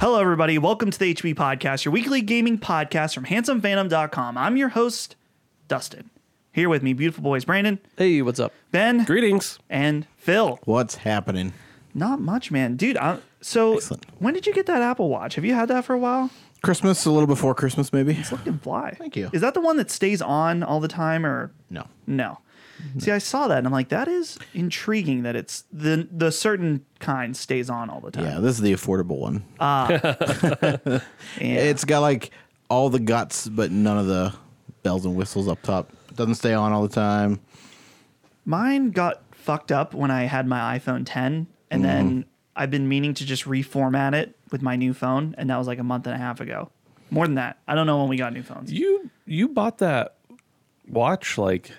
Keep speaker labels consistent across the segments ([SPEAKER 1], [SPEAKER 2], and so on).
[SPEAKER 1] Hello, everybody. Welcome to the HB Podcast, your weekly gaming podcast from handsomephantom.com. I'm your host, Dustin. Here with me, beautiful boys, Brandon,
[SPEAKER 2] Hey, what's up?
[SPEAKER 1] Ben,
[SPEAKER 2] Greetings.
[SPEAKER 1] and Phil.
[SPEAKER 3] What's happening?
[SPEAKER 1] Not much, man. Dude, I, so
[SPEAKER 3] Excellent.
[SPEAKER 1] when did you get that Apple Watch? Have you had that for a while?
[SPEAKER 3] Christmas, a little before Christmas, maybe?
[SPEAKER 1] Fucking fly.
[SPEAKER 3] Thank you.
[SPEAKER 1] Is that the one that stays on all the time or
[SPEAKER 3] No.
[SPEAKER 1] No. See, I saw that and I'm like, that is intriguing that it's the the certain kind stays on all the time.
[SPEAKER 3] Yeah, this is the affordable one.
[SPEAKER 1] And-
[SPEAKER 3] It's got like all the guts, but none of the bells and whistles up top. It doesn't stay on all the time.
[SPEAKER 1] Mine got fucked up when I had my iPhone 10,
[SPEAKER 2] Mm-hmm.
[SPEAKER 1] and then I've been meaning to just reformat it with my new phone, and that was like a month and a half ago. More than that, I don't know when we got new phones.
[SPEAKER 2] You you bought that watch like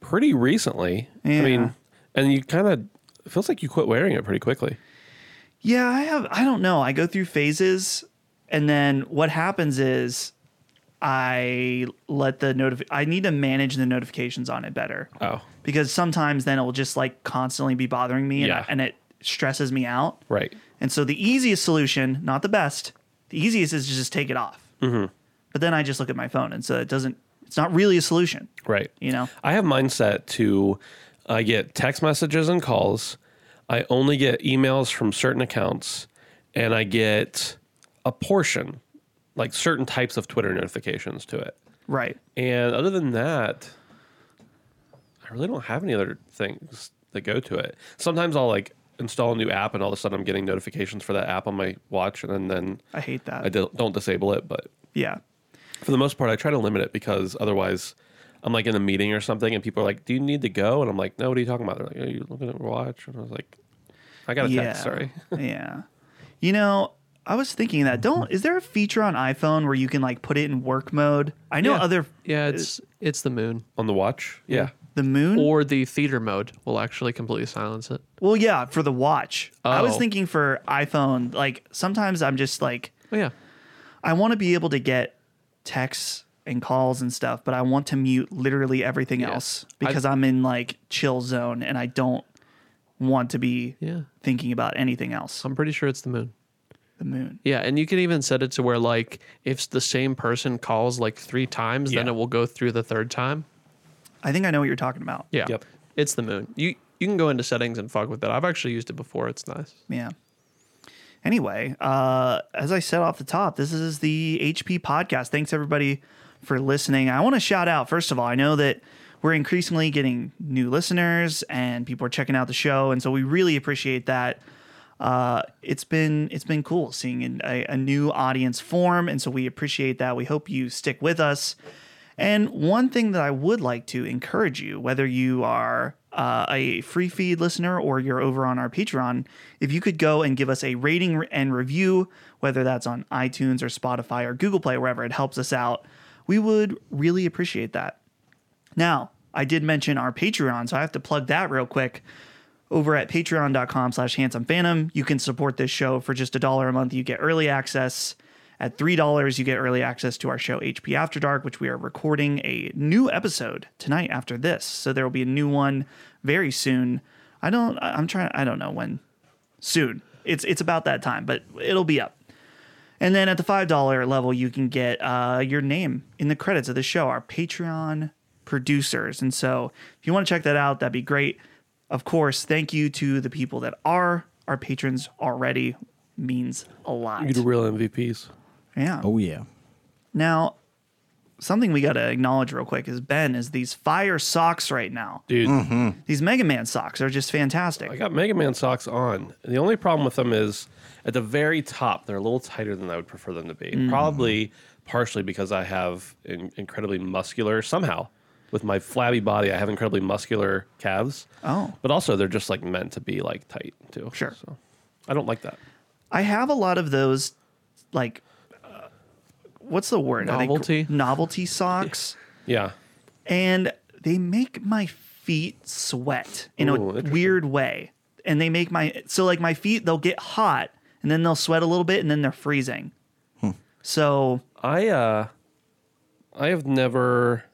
[SPEAKER 2] pretty recently.
[SPEAKER 1] Yeah.
[SPEAKER 2] I mean, and you kind of it feels like you quit wearing it pretty quickly.
[SPEAKER 1] Yeah, I have. I don't know. I go through phases, and then what happens is I let the notif- I need to manage the notifications on it better
[SPEAKER 2] Oh,
[SPEAKER 1] because sometimes then it will just like constantly be bothering me, and,
[SPEAKER 2] Yeah.
[SPEAKER 1] and it stresses me out.
[SPEAKER 2] right.
[SPEAKER 1] And so the easiest solution, not the best, the easiest is to just take it off. Mm-hmm. But then I just look at my phone, and so it doesn't. It's not really a solution,
[SPEAKER 2] Right.
[SPEAKER 1] you know.
[SPEAKER 2] I have mine set to I get text messages and calls. I only get emails from certain accounts and I get a portion like certain types of Twitter notifications to it.
[SPEAKER 1] Right.
[SPEAKER 2] And other than that, I really don't have any other things that go to it. Sometimes I'll like install a new app and all of a sudden I'm getting notifications for that app on my watch and then, then
[SPEAKER 1] I hate that.
[SPEAKER 2] I di- don't disable it. But
[SPEAKER 1] yeah.
[SPEAKER 2] for the most part, I try to limit it because otherwise I'm like in a meeting or something and people are like, Do you need to go? And I'm like, No, what are you talking about? They're like, Are you looking at your watch? And I was like, I got a
[SPEAKER 1] yeah.
[SPEAKER 2] text. Sorry.
[SPEAKER 1] yeah. You know, I was thinking that. Don't. Is there a feature on iPhone where you can like put it in work mode? I know
[SPEAKER 4] Yeah.
[SPEAKER 1] other.
[SPEAKER 4] Yeah, it's it's the moon
[SPEAKER 2] on the watch. Yeah.
[SPEAKER 1] The moon.
[SPEAKER 4] or the theater mode will actually completely silence it.
[SPEAKER 1] well, yeah, for the watch. I was
[SPEAKER 4] Oh.
[SPEAKER 1] thinking for iPhone. Like sometimes I'm just like
[SPEAKER 4] Oh yeah,
[SPEAKER 1] I want to be able to get texts and calls and stuff, but I want to mute literally everything else because I, am in like chill zone and I don't want to be
[SPEAKER 4] yeah.
[SPEAKER 1] thinking about anything else.
[SPEAKER 4] I'm pretty sure it's the moon.
[SPEAKER 1] The moon.
[SPEAKER 4] Yeah, and you can even set it to where like if the same person calls like three times, then
[SPEAKER 2] Yeah.
[SPEAKER 4] it will go through the third time.
[SPEAKER 1] I think I know what you're talking about.
[SPEAKER 4] Yeah,
[SPEAKER 2] Yep.
[SPEAKER 4] it's the moon. You you can go into settings and fuck with that. I've actually used it before. It's nice.
[SPEAKER 1] Yeah. Anyway, uh, as I said off the top, this is the HP podcast. Thanks everybody for listening. I want to shout out first of all. I know that we're increasingly getting new listeners and people are checking out the show, and so we really appreciate that. Uh, it's been it's been cool seeing an, a, a new audience form, and so we appreciate that. We hope you stick with us. And one thing that I would like to encourage you, whether you are uh, a free feed listener or you're over on our Patreon, if you could go and give us a rating and review, whether that's on iTunes or Spotify or Google Play, wherever it helps us out, we would really appreciate that. Now, I did mention our Patreon, so I have to plug that real quick. Over at patreon.com slash handsome phantom, you can support this show for just a dollar a month. You get early access. At $3, you get early access to our show, HP After Dark, which we are recording a new episode tonight after this. So there will be a new one very soon. I don't, I- I'm trying, I don't know when. Soon. It's, it's about that time, but it'll be up. And then at the five dollar level, you can get uh, your name in the credits of the show, our Patreon producers. And so, if you want to check that out, that'd be great. Of course, thank you to the people that are our patrons already. Means a lot.
[SPEAKER 2] You do real MVPs.
[SPEAKER 1] Yeah.
[SPEAKER 3] Oh, yeah.
[SPEAKER 1] Now, something we got to acknowledge real quick is Ben is these fire socks right now.
[SPEAKER 2] dude.
[SPEAKER 1] These Mega Man socks are just fantastic.
[SPEAKER 2] I got Mega Man socks on. The only problem with them is at the very top, they're a little tighter than I would prefer them to be.
[SPEAKER 1] Mm.
[SPEAKER 2] Probably partially because I have in, incredibly muscular, somehow, with my flabby body, I have incredibly muscular calves.
[SPEAKER 1] Oh.
[SPEAKER 2] But also, they're just like meant to be like tight too.
[SPEAKER 1] Sure.
[SPEAKER 2] So I don't like that.
[SPEAKER 1] I have a lot of those, like, uh, what's the word? Are they gr-
[SPEAKER 4] Novelty?
[SPEAKER 1] novelty socks,
[SPEAKER 2] Yeah.
[SPEAKER 1] and they make my feet sweat in
[SPEAKER 2] Ooh,
[SPEAKER 1] a
[SPEAKER 2] interesting.
[SPEAKER 1] weird way, and they make my so like my feet they'll get hot, and then they'll sweat a little bit, and then they're freezing. So
[SPEAKER 2] I, uh, I have never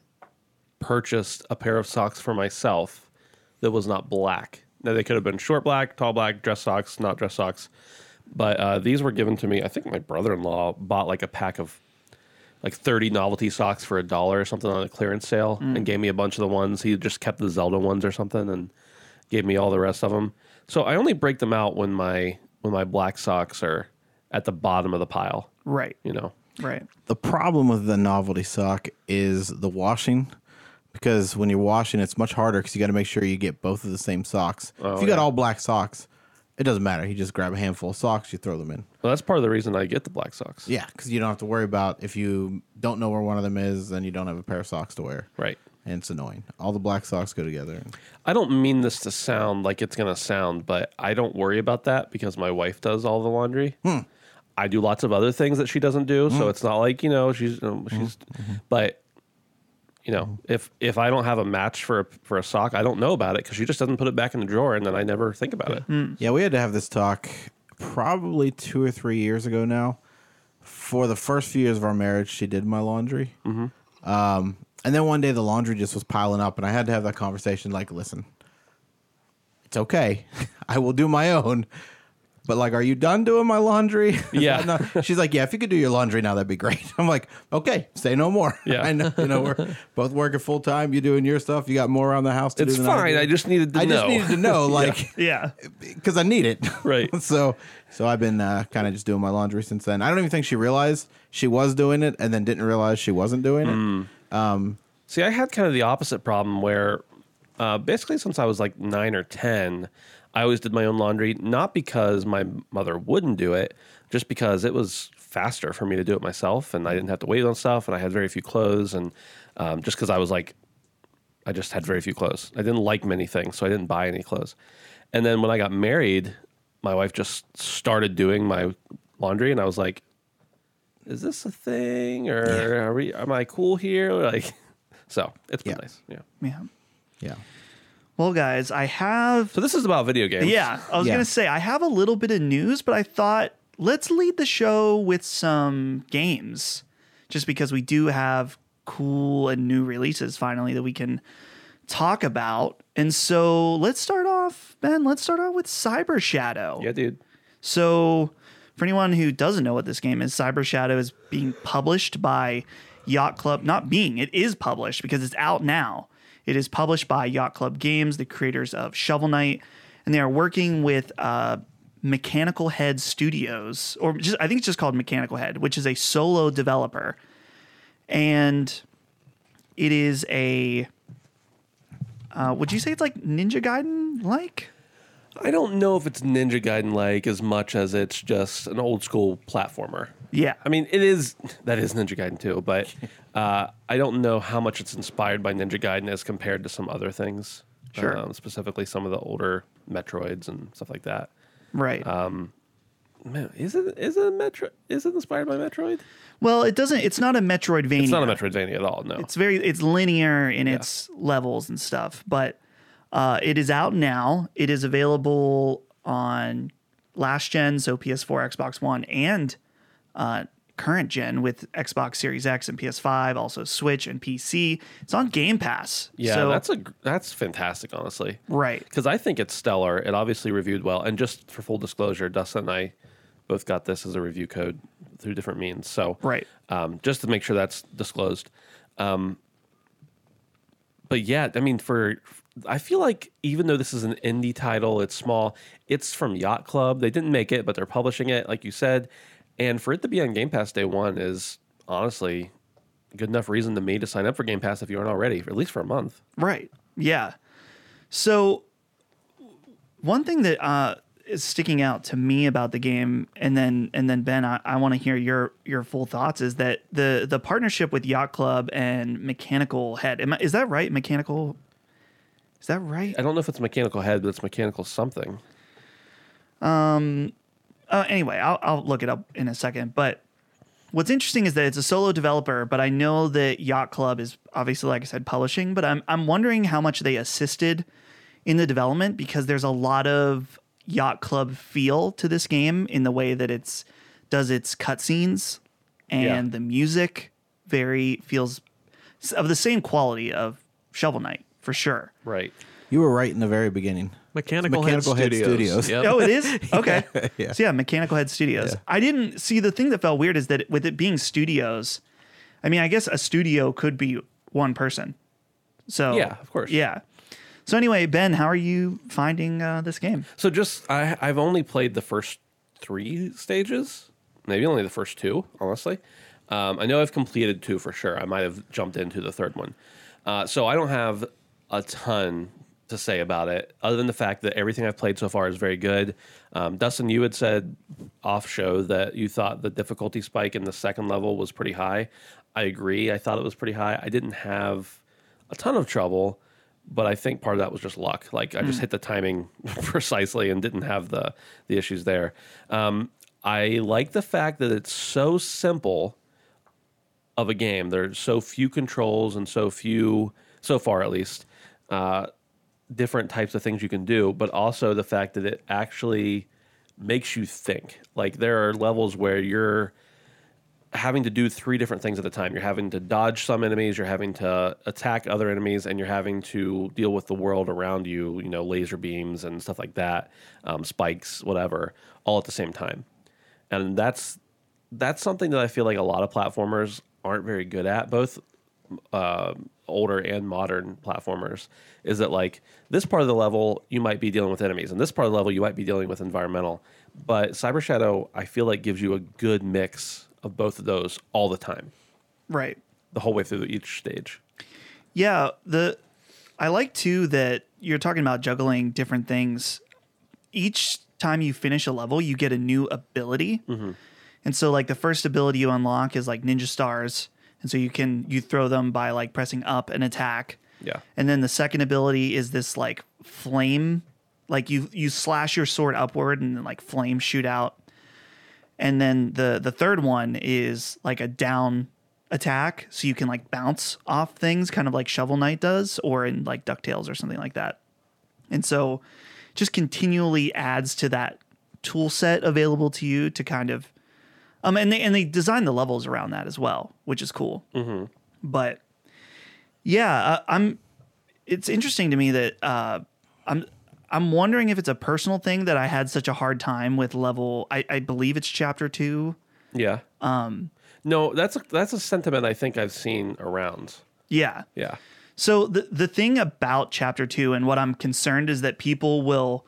[SPEAKER 2] purchased a pair of socks for myself that was not black. Now they could have been short black, tall black, dress socks, not dress socks, but uh, these were given to me. I think my brother-in-law bought like a pack of like thirty novelty socks for a dollar or something on a clearance sale, and gave me a bunch of the ones. He just kept the Zelda ones or something, and gave me all the rest of them. So I only break them out when my when my black socks are at the bottom of the pile.
[SPEAKER 1] right,
[SPEAKER 2] You know,
[SPEAKER 1] right,
[SPEAKER 3] The problem with the novelty sock is the washing because when you're washing, it's much harder because you got to make sure you get both of the same socks. if you got all black socks, it doesn't matter. You just grab a handful of socks, you throw them in.
[SPEAKER 2] well, that's part of the reason I get the black socks.
[SPEAKER 3] Yeah, because you don't have to worry about if you don't know where one of them is, then you don't have a pair of socks to wear.
[SPEAKER 2] Right.
[SPEAKER 3] And it's annoying. All the black socks go together.
[SPEAKER 2] I don't mean this to sound like it's going to sound, but I don't worry about that because my wife does all the laundry.
[SPEAKER 3] Hmm.
[SPEAKER 2] I do lots of other things that she doesn't do, so it's not like, you know, she's
[SPEAKER 3] Hmm.
[SPEAKER 2] um, she's
[SPEAKER 3] Mm-hmm.
[SPEAKER 2] but you know, if if I don't have a match for a, for a sock, I don't know about it cuz she just doesn't put it back in the drawer and then I never think about it.
[SPEAKER 3] Yeah, we had to have this talk probably two or three years ago now. For the first few years of our marriage, she did my laundry. Mm-hmm. Um, and then one day the laundry just was piling up, and I had to have that conversation like, listen, it's okay. I will do my own. But like, are you done doing my laundry? Is that
[SPEAKER 2] Yeah.
[SPEAKER 3] not- She's like, yeah, if you could do your laundry now, that'd be great. I'm like, okay, say no more.
[SPEAKER 2] Yeah.
[SPEAKER 3] I know, you know, we're both working full time. You doing your stuff. You got more around the house to
[SPEAKER 2] It's
[SPEAKER 3] do. than
[SPEAKER 2] fine.
[SPEAKER 3] do.
[SPEAKER 2] I just needed to
[SPEAKER 3] I just
[SPEAKER 2] know.
[SPEAKER 3] needed to know, like,
[SPEAKER 1] yeah.
[SPEAKER 3] because I need it.
[SPEAKER 2] Right.
[SPEAKER 3] so so I've been uh, kind of just doing my laundry since then. I don't even think she realized she was doing it, and then didn't realize she wasn't doing it.
[SPEAKER 2] See, I had kind of the opposite problem where uh, basically since I was like nine or 10, I always did my own laundry, not because my mother wouldn't do it, just because it was faster for me to do it myself and I didn't have to wait on stuff and I had very few clothes. And um, just because I was like, I just had very few clothes. I didn't like many things, so I didn't buy any clothes. And then when I got married, my wife just started doing my laundry, and I was like, "Is this a thing, or are we? Am I cool here?" Like, so it's been
[SPEAKER 3] Yeah.
[SPEAKER 2] nice. Yeah.
[SPEAKER 1] Yeah.
[SPEAKER 3] Yeah.
[SPEAKER 1] Well, guys, I have.
[SPEAKER 2] So this is about video games.
[SPEAKER 1] Yeah, I was
[SPEAKER 3] Yeah.
[SPEAKER 1] gonna say I have a little bit of news, but I thought let's lead the show with some games, just because we do have cool and new releases finally that we can talk about. And so let's start off, Ben. Let's start off with Cyber Shadow.
[SPEAKER 2] Yeah, dude.
[SPEAKER 1] So, for anyone who doesn't know what this game is, Cyber Shadow is being published by Yacht Club. Not being, it is published because it's out now. It is published by Yacht Club Games, the creators of Shovel Knight, and they are working with uh, Mechanical Head Studios, or just I think it's just called Mechanical Head, which is a solo developer, and it is a. Uh, would you say it's like Ninja Gaiden like?
[SPEAKER 2] I don't know if it's Ninja Gaiden like as much as it's just an old school platformer.
[SPEAKER 1] Yeah.
[SPEAKER 2] I mean, it is that is Ninja Gaiden too, but uh, I don't know how much it's inspired by Ninja Gaiden as compared to some other things. um,
[SPEAKER 1] Sure.
[SPEAKER 2] specifically, some of the older Metroids and stuff like that.
[SPEAKER 1] Right.
[SPEAKER 2] Man, is it is it a Metro? Is it inspired by Metroid?
[SPEAKER 1] Well, it doesn't. It's not a Metroidvania.
[SPEAKER 2] It's not a Metroidvania at all. No.
[SPEAKER 1] It's very. It's linear in its levels and stuff. But uh, it is out now. It is available on last gen, so PS4, Xbox One, and uh, current gen with Xbox Series X and PS5, also Switch and PC. It's on Game Pass.
[SPEAKER 2] yeah,
[SPEAKER 1] so,
[SPEAKER 2] that's a gr- that's fantastic, honestly.
[SPEAKER 1] right.
[SPEAKER 2] Because I think it's stellar. It obviously reviewed well. And just for full disclosure, Dustin and I both got this as a review code through different means. So
[SPEAKER 1] Right.
[SPEAKER 2] um, just to make sure that's disclosed. Um, but yeah, I mean, for I feel like even though this is an indie title, it's small. It's from Yacht Club. They didn't make it, but they're publishing it, like you said. And for it to be on Game Pass day one is honestly good enough reason to me to sign up for Game Pass if you aren't already, for at least for a month.
[SPEAKER 1] Right. Yeah. So one thing that uh, is sticking out to me about the game, and then and then Ben, I, I want to hear your your full thoughts. Is that the the partnership with Yacht Club and Mechanical Head? Am I, is that right? Mechanical. Is that right?
[SPEAKER 2] I don't know if it's mechanical head, but it's mechanical something.
[SPEAKER 1] uh, anyway, I'll, I'll look it up in a second. But what's interesting is that it's a solo developer, but I know that Yacht Club is obviously, like I said, publishing. But I'm I'm wondering how much they assisted in the development because there's a lot of Yacht Club feel to this game in the way that it's does its cutscenes and
[SPEAKER 2] Yeah.
[SPEAKER 1] the music very feels s- of the same quality of Shovel Knight for sure.
[SPEAKER 2] Right.
[SPEAKER 3] You were right in the very beginning.
[SPEAKER 4] Mechanical,
[SPEAKER 3] Mechanical Head
[SPEAKER 4] Head, Studios.
[SPEAKER 3] Studios.
[SPEAKER 4] Yep.
[SPEAKER 1] Oh, it is? Okay. So, yeah, Mechanical Head Studios. I didn't see the thing that felt weird is that with it being studios, I mean, I guess a studio could be one person. So,
[SPEAKER 2] Yeah, of course.
[SPEAKER 1] Yeah. So, anyway, Ben, how are you finding uh, this game?
[SPEAKER 2] So just I I've only played the first three stages, maybe only the first two, honestly. Um, I know I've completed two for sure. I might have jumped into the third one, uh, so I don't have a ton to say about it, other than the fact that everything I've played so far is very good. Um, Dustin, you had said off show that you thought the difficulty spike in the second level was pretty high. I agree. I thought it was pretty high. I didn't have a ton of trouble, but I think part of that was just luck. Like I just hit the timing precisely and didn't have the the issues there. Um, I like the fact that it's so simple of a game. There's so few controls and so few, so far at least, uh, different types of things you can do, but also the fact that it actually makes you think. Like there are levels where you're having to do three different things at a time. You're having to dodge some enemies, you're having to attack other enemies, and you're having to deal with the world around you, you know, laser beams and stuff like that, um, spikes, whatever, all at the same time. And that's that's something that I feel like a lot of platformers aren't very good at, both uh, older and modern platformers. Is that like this part of the level you might be dealing with enemies, and this part of the level you might be dealing with environmental. But Cyber Shadow, I feel like gives you a good mix of both of those all the time,
[SPEAKER 1] Right.
[SPEAKER 2] the whole way through each stage.
[SPEAKER 1] Yeah, the I like too that you're talking about juggling different things. Each time you finish a level, you get a new ability. And so like the first ability you unlock is like ninja stars, and so you can you throw them by like pressing up and attack.
[SPEAKER 2] Yeah.
[SPEAKER 1] And then the second ability is this like flame like you you slash your sword upward and then like flames shoot out. And then the the third one is like a down attack, so you can like bounce off things, kind of like Shovel Knight does, or in like Ducktales or something like that. And so, just continually adds to that tool set available to you to kind of, um, and they and they design the levels around that as well, which is cool. Mm-hmm. But yeah, uh, I'm. It's interesting to me that uh, I'm. I'm wondering if it's a personal thing that I had such a hard time with level. I, I believe it's chapter two.
[SPEAKER 2] Yeah. Um. No, that's a, that's a sentiment I think I've seen around.
[SPEAKER 1] Yeah.
[SPEAKER 2] Yeah.
[SPEAKER 1] So the the thing about chapter two and what I'm concerned is that people will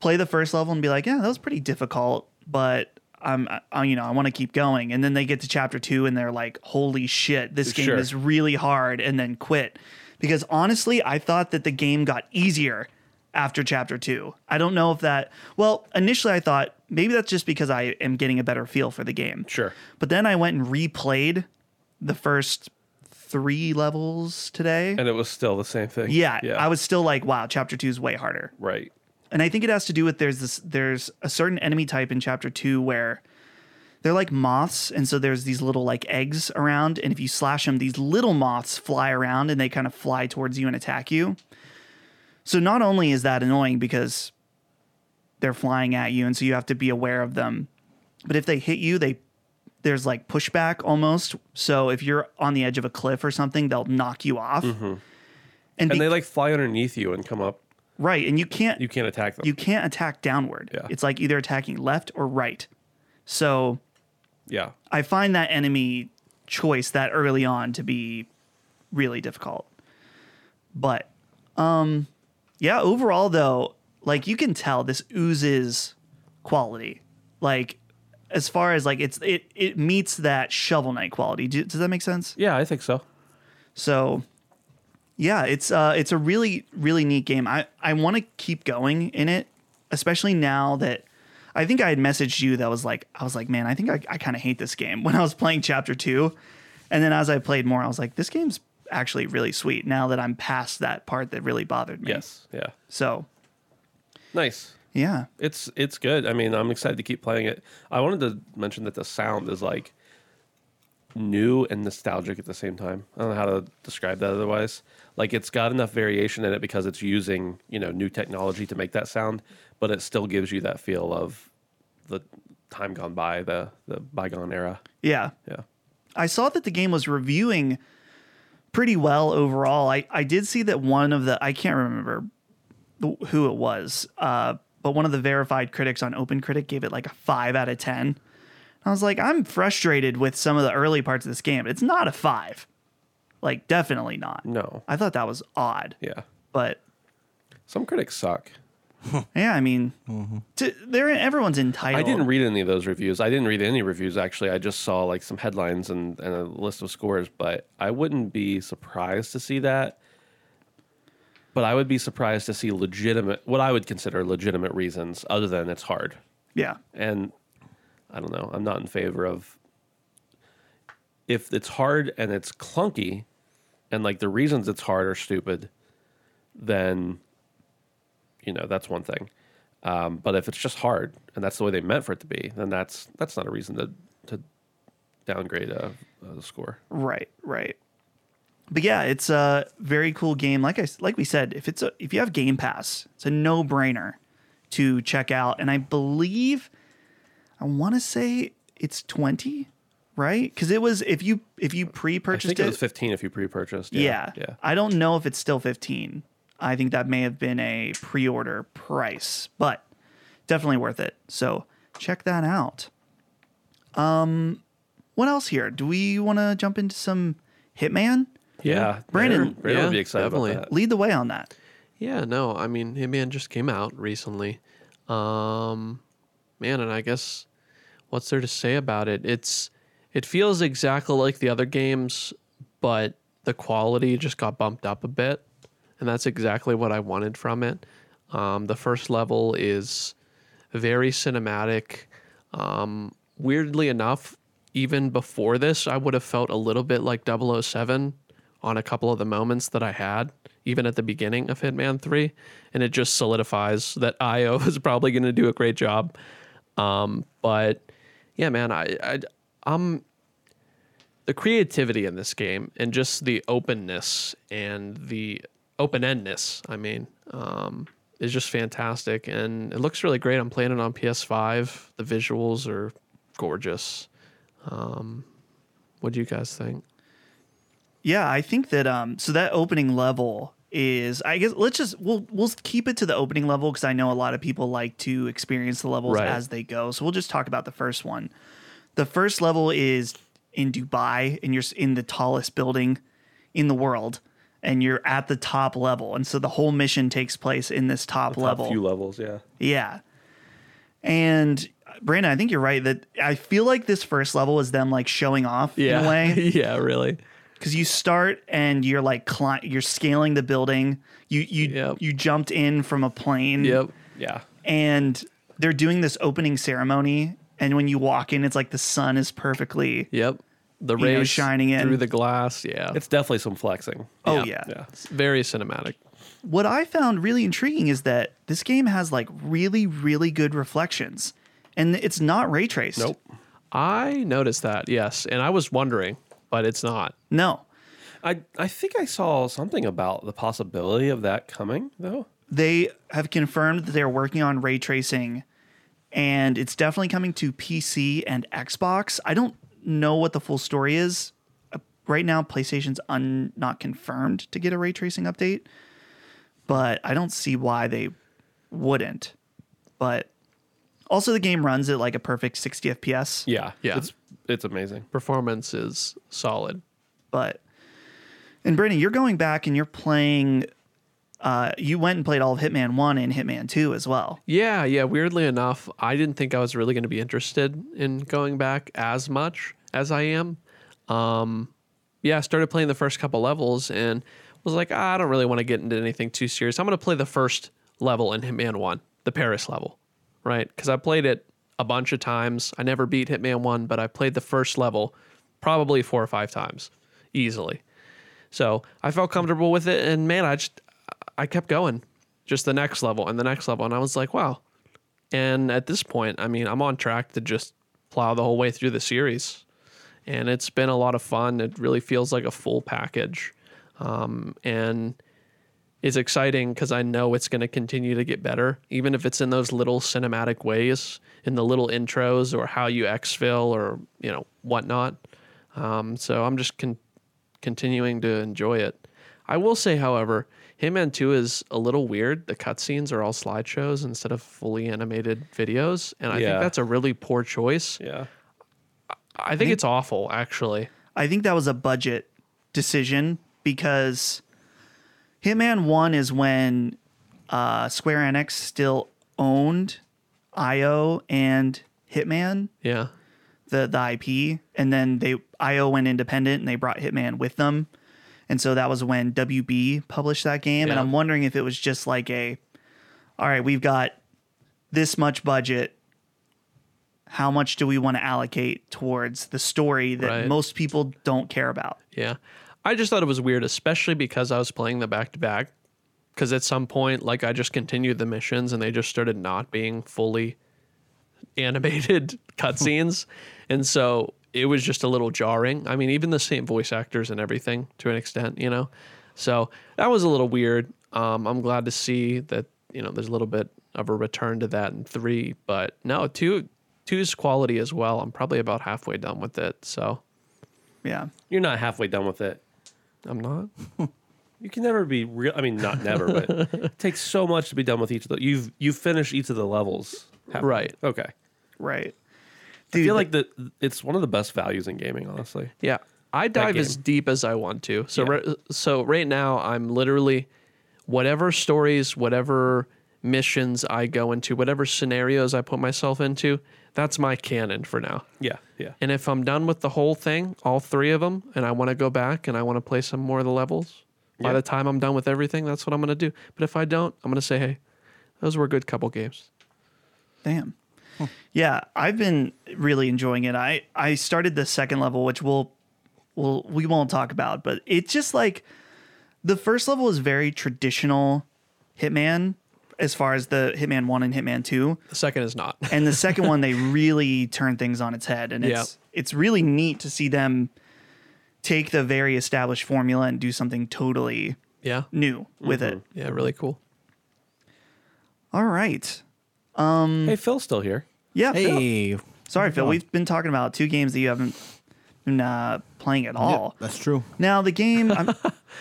[SPEAKER 1] play the first level and be like, yeah, that was pretty difficult, but I'm, I, you know, I want to keep going, and then they get to chapter two and they're like, holy shit, this game
[SPEAKER 2] Sure.
[SPEAKER 1] is really hard, and then quit. Because honestly, I thought that the game got easier after chapter two. I don't know if that. Well, initially I thought maybe that's just because I am getting a better feel for the game.
[SPEAKER 2] Sure.
[SPEAKER 1] But then I went and replayed the first three levels today.
[SPEAKER 2] And it was still the same thing.
[SPEAKER 1] Yeah,
[SPEAKER 2] Yeah.
[SPEAKER 1] I was still like, wow, chapter two is way harder.
[SPEAKER 2] right.
[SPEAKER 1] And I think it has to do with there's this there's a certain enemy type in chapter two where they're like moths, and so there's these little like eggs around, and if you slash them, these little moths fly around and they kind of fly towards you and attack you. So not only is that annoying because they're flying at you, and so you have to be aware of them, but if they hit you, they there's like pushback almost. So if you're on the edge of a cliff or something, they'll knock you off. Mm-hmm. And,
[SPEAKER 2] And
[SPEAKER 1] be-
[SPEAKER 2] they like fly underneath you and come up.
[SPEAKER 1] right, and you can't
[SPEAKER 2] You can't attack them.
[SPEAKER 1] you can't attack downward.
[SPEAKER 2] Yeah.
[SPEAKER 1] It's like either attacking left or right. So
[SPEAKER 2] yeah.
[SPEAKER 1] I find that enemy choice that early on to be really difficult. But um yeah, overall though, like you can tell this oozes quality. Like as far as like it's it it meets that shovel knight quality. Do, does that make sense?
[SPEAKER 2] Yeah, I think so.
[SPEAKER 1] So yeah, it's uh it's a really really neat game. I I want to keep going in it, especially now that I think I had messaged you that was like I was like, "Man, I think I I kind of hate this game." When I was playing chapter 2, and then as I played more, I was like, "This game's actually really sweet now that I'm past that part that really bothered me."
[SPEAKER 2] Yes. Yeah.
[SPEAKER 1] So,
[SPEAKER 2] Nice.
[SPEAKER 1] yeah.
[SPEAKER 2] It's it's good. I mean, I'm excited to keep playing it. I wanted to mention that the sound is like new and nostalgic at the same time. I don't know how to describe that otherwise. Like it's got enough variation in it because it's using, you know, new technology to make that sound, but it still gives you that feel of the time gone by, the the bygone era.
[SPEAKER 1] Yeah.
[SPEAKER 2] Yeah.
[SPEAKER 1] I saw that the game was reviewing pretty well overall. I, I did see that one of the I can't remember the, who it was, uh, but one of the verified critics on OpenCritic gave it like a five out of ten. I was like, I'm frustrated with some of the early parts of this game. It's not a five, like definitely not.
[SPEAKER 2] No.
[SPEAKER 1] I thought that was odd,
[SPEAKER 2] Yeah.
[SPEAKER 1] but
[SPEAKER 2] Some critics suck.
[SPEAKER 1] yeah, I mean, to, they're everyone's entitled.
[SPEAKER 2] Mm-hmm. I didn't read any of those reviews. I didn't read any reviews actually. I just saw like some headlines and, and a list of scores, but I wouldn't be surprised to see that. But I would be surprised to see legitimate what I would consider legitimate reasons other than it's hard.
[SPEAKER 1] yeah,
[SPEAKER 2] And I don't know. I'm not in favor of if it's hard and it's clunky and like the reasons it's hard are stupid, then you know, that's one thing. Um, but if it's just hard and that's the way they meant for it to be, then that's that's not a reason to to downgrade a, a score.
[SPEAKER 1] Right, right. But yeah, it's a very cool game. Like I s- like we said, if it's a, if you have Game Pass, it's a no brainer to check out. And I believe I want to say it's twenty, right? Because it was if you if you pre
[SPEAKER 2] I think
[SPEAKER 1] purchased
[SPEAKER 2] it
[SPEAKER 1] it,
[SPEAKER 2] was 15 if you pre-purchased.
[SPEAKER 1] yeah,
[SPEAKER 2] Yeah.
[SPEAKER 1] I don't know if it's still fifteen. I think that may have been a pre order price, but definitely worth it. So check that out. Um, what else here? Do we want to jump into some Hitman?
[SPEAKER 2] Yeah.
[SPEAKER 1] Brandon-
[SPEAKER 2] Brandon
[SPEAKER 4] Yeah,
[SPEAKER 2] would be excited
[SPEAKER 4] definitely.
[SPEAKER 2] about that.
[SPEAKER 1] lead the way on that.
[SPEAKER 4] Yeah, no, I mean, Hitman just came out recently. Um, man, and I guess what's there to say about it? It's it feels exactly like the other games, but the quality just got bumped up a bit, and that's exactly what I wanted from it. Um, the first level is very cinematic. Um, weirdly enough, even before this, I would have felt a little bit like 007 on a couple of the moments that I had, even at the beginning of Hitman 3. And it just solidifies that IO is probably going to do a great job. Um, but yeah, man, I, I, I'm the creativity in this game and just the openness and the open endness, I mean, um, is just fantastic. And it looks really great. I'm playing it on PS5. The visuals are gorgeous. Um, what do you guys think?
[SPEAKER 1] Yeah, I think that um so that opening level is I guess let's just we'll we'll keep it to the opening level cuz I know a lot of people like to experience the levels
[SPEAKER 4] Right.
[SPEAKER 1] as they go. So we'll just talk about the first one. The first level is in Dubai and you're s- in the tallest building in the world and you're at the top level. And so the whole mission takes place in this top level.
[SPEAKER 2] A few levels, yeah.
[SPEAKER 1] Yeah. And Brandon, I think you're right that I feel like this first level is them like showing off in a way.
[SPEAKER 4] yeah, really.
[SPEAKER 1] because you start and you're like cli- you're scaling the building. You you
[SPEAKER 4] Yep.
[SPEAKER 1] you jumped in from a plane.
[SPEAKER 4] Yep.
[SPEAKER 2] Yeah.
[SPEAKER 1] And they're doing this opening ceremony, and when you walk in, it's like the sun is perfectly.
[SPEAKER 4] Yep. The
[SPEAKER 1] You know,
[SPEAKER 4] rays
[SPEAKER 1] shining in.
[SPEAKER 4] through the glass. Yeah. It's
[SPEAKER 2] It's definitely some flexing.
[SPEAKER 1] Oh
[SPEAKER 4] Yeah.
[SPEAKER 1] yeah.
[SPEAKER 2] Yeah.
[SPEAKER 4] very cinematic.
[SPEAKER 1] What I found really intriguing is that this game has like really really good reflections, and it's not ray traced.
[SPEAKER 2] Nope.
[SPEAKER 4] I noticed that, yes. And I was wondering, but it's not.
[SPEAKER 1] No.
[SPEAKER 2] I I think I saw something about the possibility of that coming though.
[SPEAKER 1] they have confirmed that they're working on ray tracing and it's definitely coming to PC and Xbox. I don't know what the full story is. Uh, Right now, PlayStation's un- not confirmed to get a ray tracing update, but I don't see why they wouldn't. But also, the game runs at like a perfect 60 FPS.
[SPEAKER 2] Yeah,
[SPEAKER 4] Yeah.
[SPEAKER 2] it's it's amazing.
[SPEAKER 4] Performance is solid.
[SPEAKER 1] But and Brandon, you're going back and you're playing uh, you went and played all of Hitman 1 and Hitman 2 as well.
[SPEAKER 4] Yeah, yeah. Weirdly enough, I didn't think I was really going to be interested in going back as much as I am. Um, yeah, I started playing the first couple levels and was like, "Ah, I don't really want to get into anything too serious. I'm going to play the first level in Hitman 1, the Paris level, right? Because I played it a bunch of times. I never beat Hitman 1, but I played the first level probably four or five times easily. So I felt comfortable with it, and man, I just I kept going, just the next level and the next level, and I was like, wow. And at this point, I mean, I'm on track to just plow the whole way through the series, and it's been a lot of fun. It really feels like a full package, um, and it's exciting because I know it's going to continue to get better, even if it's in those little cinematic ways, in the little intros or how you exfil or you know whatnot. Um, so I'm just con- continuing to enjoy it. I will say, however, Hitman 2 is a little weird. The cutscenes are all slideshows instead of fully animated videos, and I
[SPEAKER 2] Yeah.
[SPEAKER 4] think that's a really poor choice.
[SPEAKER 2] Yeah.
[SPEAKER 4] I think it's awful, actually.
[SPEAKER 1] I think that was a budget decision because Hitman 1 is when uh, Square Enix still owned IO and Hitman,
[SPEAKER 4] Yeah,
[SPEAKER 1] the, the IP. And then they IO went independent and they brought Hitman with them. And so that was when WB published that game. And
[SPEAKER 4] Yeah.
[SPEAKER 1] I'm wondering if it was just like a, all right, we've got this much budget. How much do we want to allocate towards the story that
[SPEAKER 4] Right.
[SPEAKER 1] most people don't care about?
[SPEAKER 4] yeah. I just thought it was weird, especially because I was playing the back to back. Because at some point, like, I just continued the missions and they just started not being fully animated cutscenes. And so it was just a little jarring. I mean, even the same voice actors and everything to an extent, you know? So that was a little weird. Um, I'm glad to see that, you know, there's a little bit of a return to that in three, but no, two two's quality as well. I'm probably about halfway done with it. So
[SPEAKER 1] Yeah.
[SPEAKER 2] You're not halfway done with it.
[SPEAKER 4] I'm not.
[SPEAKER 2] You can never be real. I mean, not never, but it takes so much to be done with each of the. You've you finished each of the levels, haven't you?
[SPEAKER 4] Right.
[SPEAKER 2] Okay.
[SPEAKER 1] Right.
[SPEAKER 2] I
[SPEAKER 1] Dude,
[SPEAKER 2] feel like the it's one of the best values in gaming, honestly.
[SPEAKER 4] Yeah, I dive as
[SPEAKER 2] game.
[SPEAKER 4] deep as I want to. So ri- so right now I'm literally whatever stories, whatever missions I go into, whatever scenarios I put myself into, that's my canon for now.
[SPEAKER 2] Yeah, yeah.
[SPEAKER 4] And if I'm done with the whole thing, all three of them, and I want to go back and I want to play some more of the levels, by
[SPEAKER 2] Yeah.
[SPEAKER 4] the time I'm done with everything, that's what I'm going to do. But if I don't, I'm going to say, hey, those were a good couple games.
[SPEAKER 1] damn. Yeah, I've been really enjoying it. I I started the second level, which we'll we'll we won't talk about, but it's just like the first level is very traditional Hitman as far as the Hitman 1 and Hitman 2.
[SPEAKER 4] The second is not.
[SPEAKER 1] and the second one they really turn things on its head and it's it's really neat to see them take the very established formula and do something totally
[SPEAKER 4] yeah.
[SPEAKER 1] new with it
[SPEAKER 4] Yeah, really cool.
[SPEAKER 1] all right
[SPEAKER 2] Hey, Phil's still here.
[SPEAKER 1] yeah Phil.
[SPEAKER 3] Hey,
[SPEAKER 1] sorry phil we've been talking about two games that you haven't been uh, playing at all
[SPEAKER 3] that's true.
[SPEAKER 1] now the game I'm,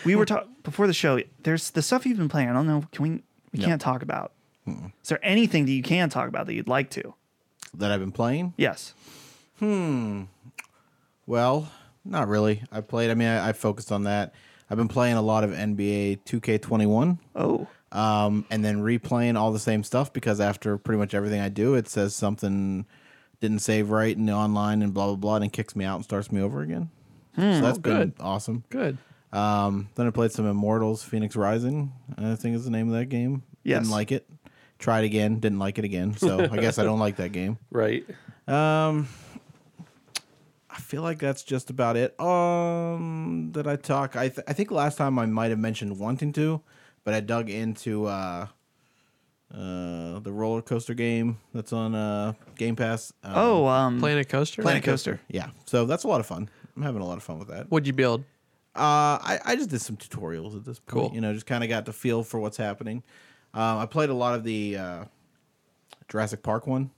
[SPEAKER 1] we were talking before the show there's the stuff you've been playing i don't know can we we can't talk about is there anything that you can talk about that you'd like to
[SPEAKER 3] That I've been playing.
[SPEAKER 1] yes
[SPEAKER 3] Well, not really. I played. I mean, I, I focused on that. I've been playing a lot of NBA 2K21,
[SPEAKER 1] oh
[SPEAKER 3] um, and then replaying all the same stuff because after pretty much everything I do, it says something didn't save right in the online and blah blah blah, and it kicks me out and starts me over again. so that's been
[SPEAKER 4] good.
[SPEAKER 3] awesome.
[SPEAKER 4] Good.
[SPEAKER 3] Um, then I played some Immortals Phoenix Rising, I think is the name of that game.
[SPEAKER 1] Yes.
[SPEAKER 3] Didn't like it. Tried again, didn't like it again. So I guess I don't like that game.
[SPEAKER 2] Right.
[SPEAKER 3] Um I feel like that's just about it. Um did I talk I th- I think last time I might have mentioned wanting to, but I dug into uh uh the roller coaster game that's on uh Game Pass. Um,
[SPEAKER 1] oh um
[SPEAKER 4] Planet Coaster?
[SPEAKER 3] Planet Coaster. Yeah. So that's a lot of fun. I'm having a lot of fun with that.
[SPEAKER 4] What'd you build?
[SPEAKER 3] Uh, I, I just did some tutorials at this point.
[SPEAKER 4] Cool.
[SPEAKER 3] You know, just kind of got the feel for what's happening. Um, I played a lot of the uh, Jurassic Park one,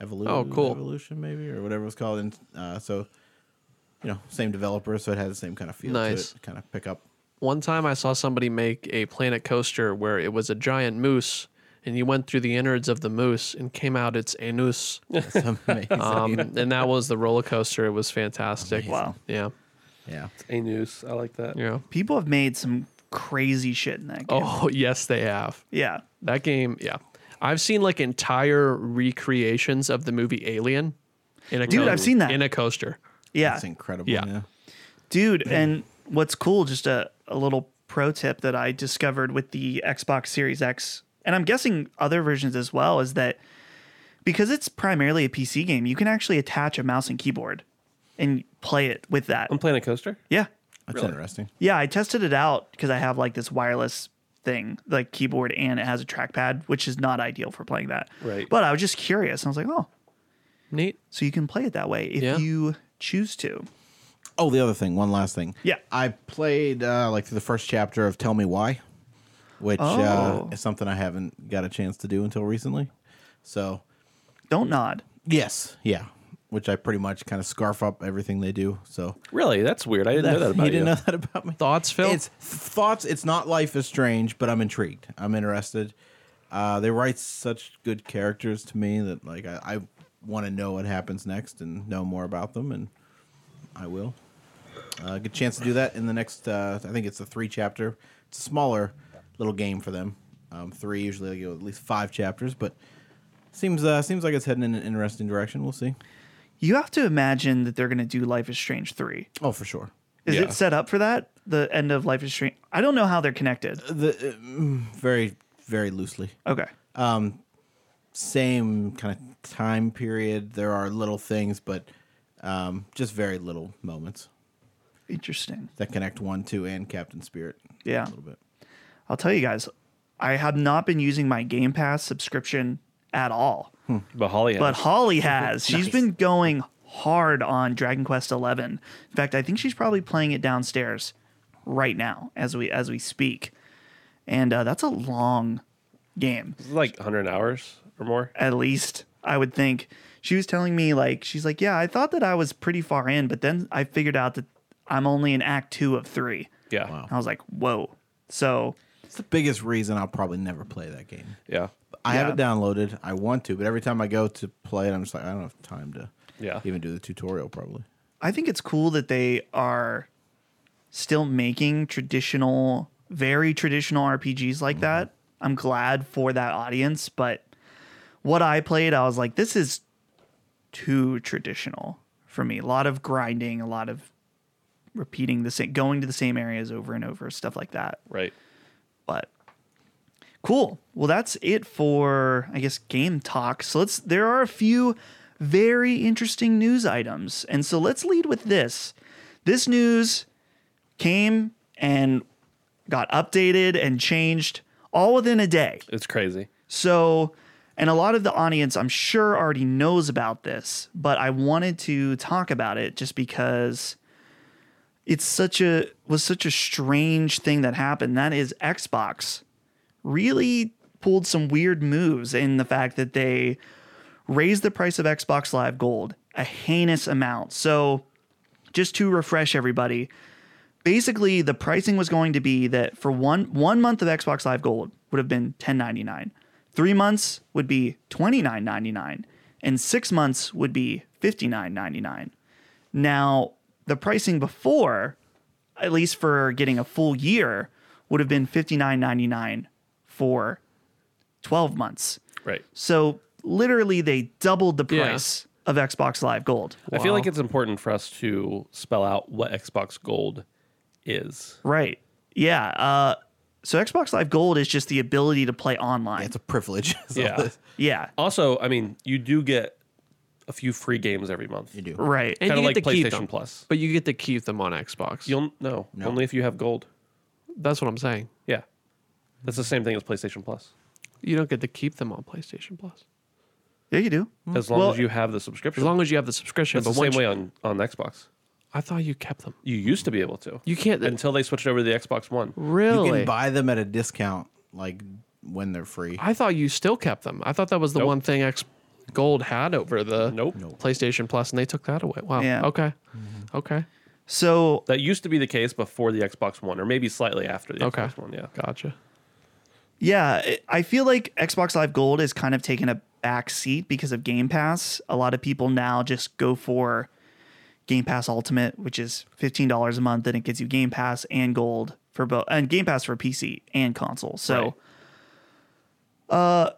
[SPEAKER 3] Evolution.
[SPEAKER 4] Oh, cool.
[SPEAKER 3] Evolution maybe or whatever it was called. And uh, so, you know, same developer, so it had the same kind of feel
[SPEAKER 4] Nice.
[SPEAKER 3] to it. Kind of pick up.
[SPEAKER 4] One time I saw somebody make a planet coaster where it was a giant moose and you went through the innards of the moose and came out its anus.
[SPEAKER 3] That's amazing.
[SPEAKER 4] Um, and that was the roller coaster. It was fantastic.
[SPEAKER 1] Wow.
[SPEAKER 4] Yeah.
[SPEAKER 3] yeah.
[SPEAKER 2] A news. I like that.
[SPEAKER 4] Yeah.
[SPEAKER 1] people have made some crazy shit in that game.
[SPEAKER 4] Oh, yes, they have.
[SPEAKER 1] Yeah.
[SPEAKER 4] That game, yeah. I've seen like entire recreations of the movie Alien in a
[SPEAKER 1] Dude, I've seen that.
[SPEAKER 4] in a coaster.
[SPEAKER 1] Yeah.
[SPEAKER 3] That's incredible.
[SPEAKER 4] Yeah.
[SPEAKER 1] Dude, and what's cool, just a, a little pro tip that I discovered with the Xbox Series X, and I'm guessing other versions as well, is that because it's primarily a PC game, you can actually attach a mouse and keyboard and play it with that.
[SPEAKER 2] I'm playing a coaster.
[SPEAKER 1] Yeah.
[SPEAKER 3] That's interesting.
[SPEAKER 1] Yeah, I tested it out because I have like this wireless thing, like keyboard, and it has a trackpad, which is not ideal for playing that.
[SPEAKER 2] Right.
[SPEAKER 1] But I was just curious. And I was like, oh,
[SPEAKER 4] Neat.
[SPEAKER 1] so you can play it that way if
[SPEAKER 4] Yeah.
[SPEAKER 1] you choose to.
[SPEAKER 3] Oh, the other thing, one last thing.
[SPEAKER 1] Yeah.
[SPEAKER 3] I played uh, like the first chapter of Tell Me Why, which
[SPEAKER 1] Oh.
[SPEAKER 3] uh, is something I haven't got a chance to do until recently. So,
[SPEAKER 1] Don't nod.
[SPEAKER 3] yes, yeah, which I pretty much kind of scarf up everything they do. So,
[SPEAKER 2] Really? That's weird. I didn't know that about
[SPEAKER 3] you
[SPEAKER 2] you.
[SPEAKER 3] didn't know that about me.
[SPEAKER 4] Thoughts, Phil?
[SPEAKER 3] It's thoughts. It's not Life is Strange, but I'm intrigued. I'm interested. Uh, they write such good characters to me that like I, I want to know what happens next and know more about them, and I will. Uh, good chance to do that in the next. Uh, I think it's a three chapter. It's a smaller little game for them. Um, three usually they go at least five chapters, but seems uh, seems like it's heading in an interesting direction. We'll see.
[SPEAKER 1] You have to imagine that they're going to do Life is Strange 3.
[SPEAKER 3] Oh, for sure.
[SPEAKER 1] Is
[SPEAKER 2] Yeah.
[SPEAKER 1] it set up for that? The end of Life is Strange? I don't know how they're connected.
[SPEAKER 3] Uh, mm, Very very loosely.
[SPEAKER 1] Okay.
[SPEAKER 3] same kind of time period. There are little things, but um, just very little moments
[SPEAKER 1] Interesting.
[SPEAKER 3] that connect one, two, and Captain Spirit.
[SPEAKER 1] Yeah.
[SPEAKER 3] a little bit.
[SPEAKER 1] I'll tell you guys, I have not been using my Game Pass subscription at all.
[SPEAKER 2] But Holly has.
[SPEAKER 1] But Holly has. She's been going hard on Dragon Quest XI. In fact, I think she's probably playing it downstairs right now as we as we speak. And uh, that's a long game,
[SPEAKER 2] It's like 100 hours or more.
[SPEAKER 1] at least I would think. She was telling me like she's like, yeah, I thought that I was pretty far in, but then I figured out that I'm only in Act Two of three.
[SPEAKER 2] Yeah.
[SPEAKER 1] I was like, whoa. So
[SPEAKER 3] It's the biggest reason I'll probably never play that game.
[SPEAKER 2] Yeah.
[SPEAKER 3] I have it
[SPEAKER 1] Yeah.
[SPEAKER 3] downloaded. I want to, but every time I go to play it, I'm just like, I don't have time to
[SPEAKER 2] Yeah.
[SPEAKER 3] even do the tutorial. Probably.
[SPEAKER 1] I think it's cool that they are still making traditional, very traditional RPGs like that. I'm glad for that audience, but what I played, I was like, this is too traditional for me. A lot of grinding, a lot of repeating the same, going to the same areas over and over, stuff like that.
[SPEAKER 2] Right.
[SPEAKER 1] But cool. Well, that's it for I guess game talk. So let's there are a few very interesting news items. And so let's lead with this. This news came and got updated and changed all within a day.
[SPEAKER 2] It's crazy.
[SPEAKER 1] So, and a lot of the audience, I'm sure, already knows about this, but I wanted to talk about it just because it's such a was such a strange thing that happened. That is Xbox really pulled some weird moves in the fact that they raised the price of Xbox Live Gold a heinous amount. So, just to refresh everybody, basically the pricing was going to be that for one one month of Xbox Live Gold would have been ten ninety nine, three months would be twenty nine ninety nine, and six months would be fifty nine ninety nine. Now the pricing before, at least for getting a full year, would have been fifty nine ninety nine for twelve months.
[SPEAKER 2] Right.
[SPEAKER 1] So literally they doubled the
[SPEAKER 4] Yeah.
[SPEAKER 1] price of Xbox Live Gold.
[SPEAKER 2] I feel like it's important for us to spell out what Xbox Gold is.
[SPEAKER 1] Right. Yeah. Uh, so Xbox Live Gold is just the ability to play online. Yeah.
[SPEAKER 3] It's a privilege. So
[SPEAKER 2] Yeah.
[SPEAKER 3] this-
[SPEAKER 2] Also, I mean, you do get a few free games every month. You
[SPEAKER 3] do.
[SPEAKER 1] Right.
[SPEAKER 4] And
[SPEAKER 2] Kind of
[SPEAKER 4] you
[SPEAKER 2] like
[SPEAKER 4] get to keep
[SPEAKER 2] PlayStation
[SPEAKER 4] them,
[SPEAKER 2] Plus.
[SPEAKER 4] but you get to keep them on Xbox.
[SPEAKER 2] You'll no, only if you have gold.
[SPEAKER 4] That's what I'm saying.
[SPEAKER 2] Yeah. That's the same thing as PlayStation Plus.
[SPEAKER 4] You don't get to keep them on PlayStation Plus
[SPEAKER 1] yeah, you do.
[SPEAKER 2] As long
[SPEAKER 1] Well-
[SPEAKER 2] as you have the subscription.
[SPEAKER 4] as long as you have the subscription.
[SPEAKER 2] it's the
[SPEAKER 4] But
[SPEAKER 2] same
[SPEAKER 4] once
[SPEAKER 2] way on, on Xbox.
[SPEAKER 4] I thought you kept them.
[SPEAKER 2] You used to be able to.
[SPEAKER 4] You can't
[SPEAKER 2] until they switched over to the Xbox One.
[SPEAKER 3] You
[SPEAKER 4] really.
[SPEAKER 3] can buy them at a discount, like when they're free.
[SPEAKER 4] I thought you still kept them. I thought that was the
[SPEAKER 2] Nope.
[SPEAKER 4] one thing X Gold had over the
[SPEAKER 2] Nope. Nope. Mm-hmm.
[SPEAKER 4] PlayStation Plus, and they took that away. Wow.
[SPEAKER 1] Yeah.
[SPEAKER 4] Okay. Okay.
[SPEAKER 1] So
[SPEAKER 2] That used to be the case before the Xbox One, or maybe slightly after the
[SPEAKER 4] Okay.
[SPEAKER 2] Xbox One. Yeah.
[SPEAKER 4] Gotcha.
[SPEAKER 1] yeah, I- I feel like Xbox Live Gold is kind of taking a back seat because of Game Pass. A lot of people now just go for Game Pass Ultimate, which is fifteen dollars a month, and it gets you Game Pass and Gold for both and Game Pass for PC and console. So uh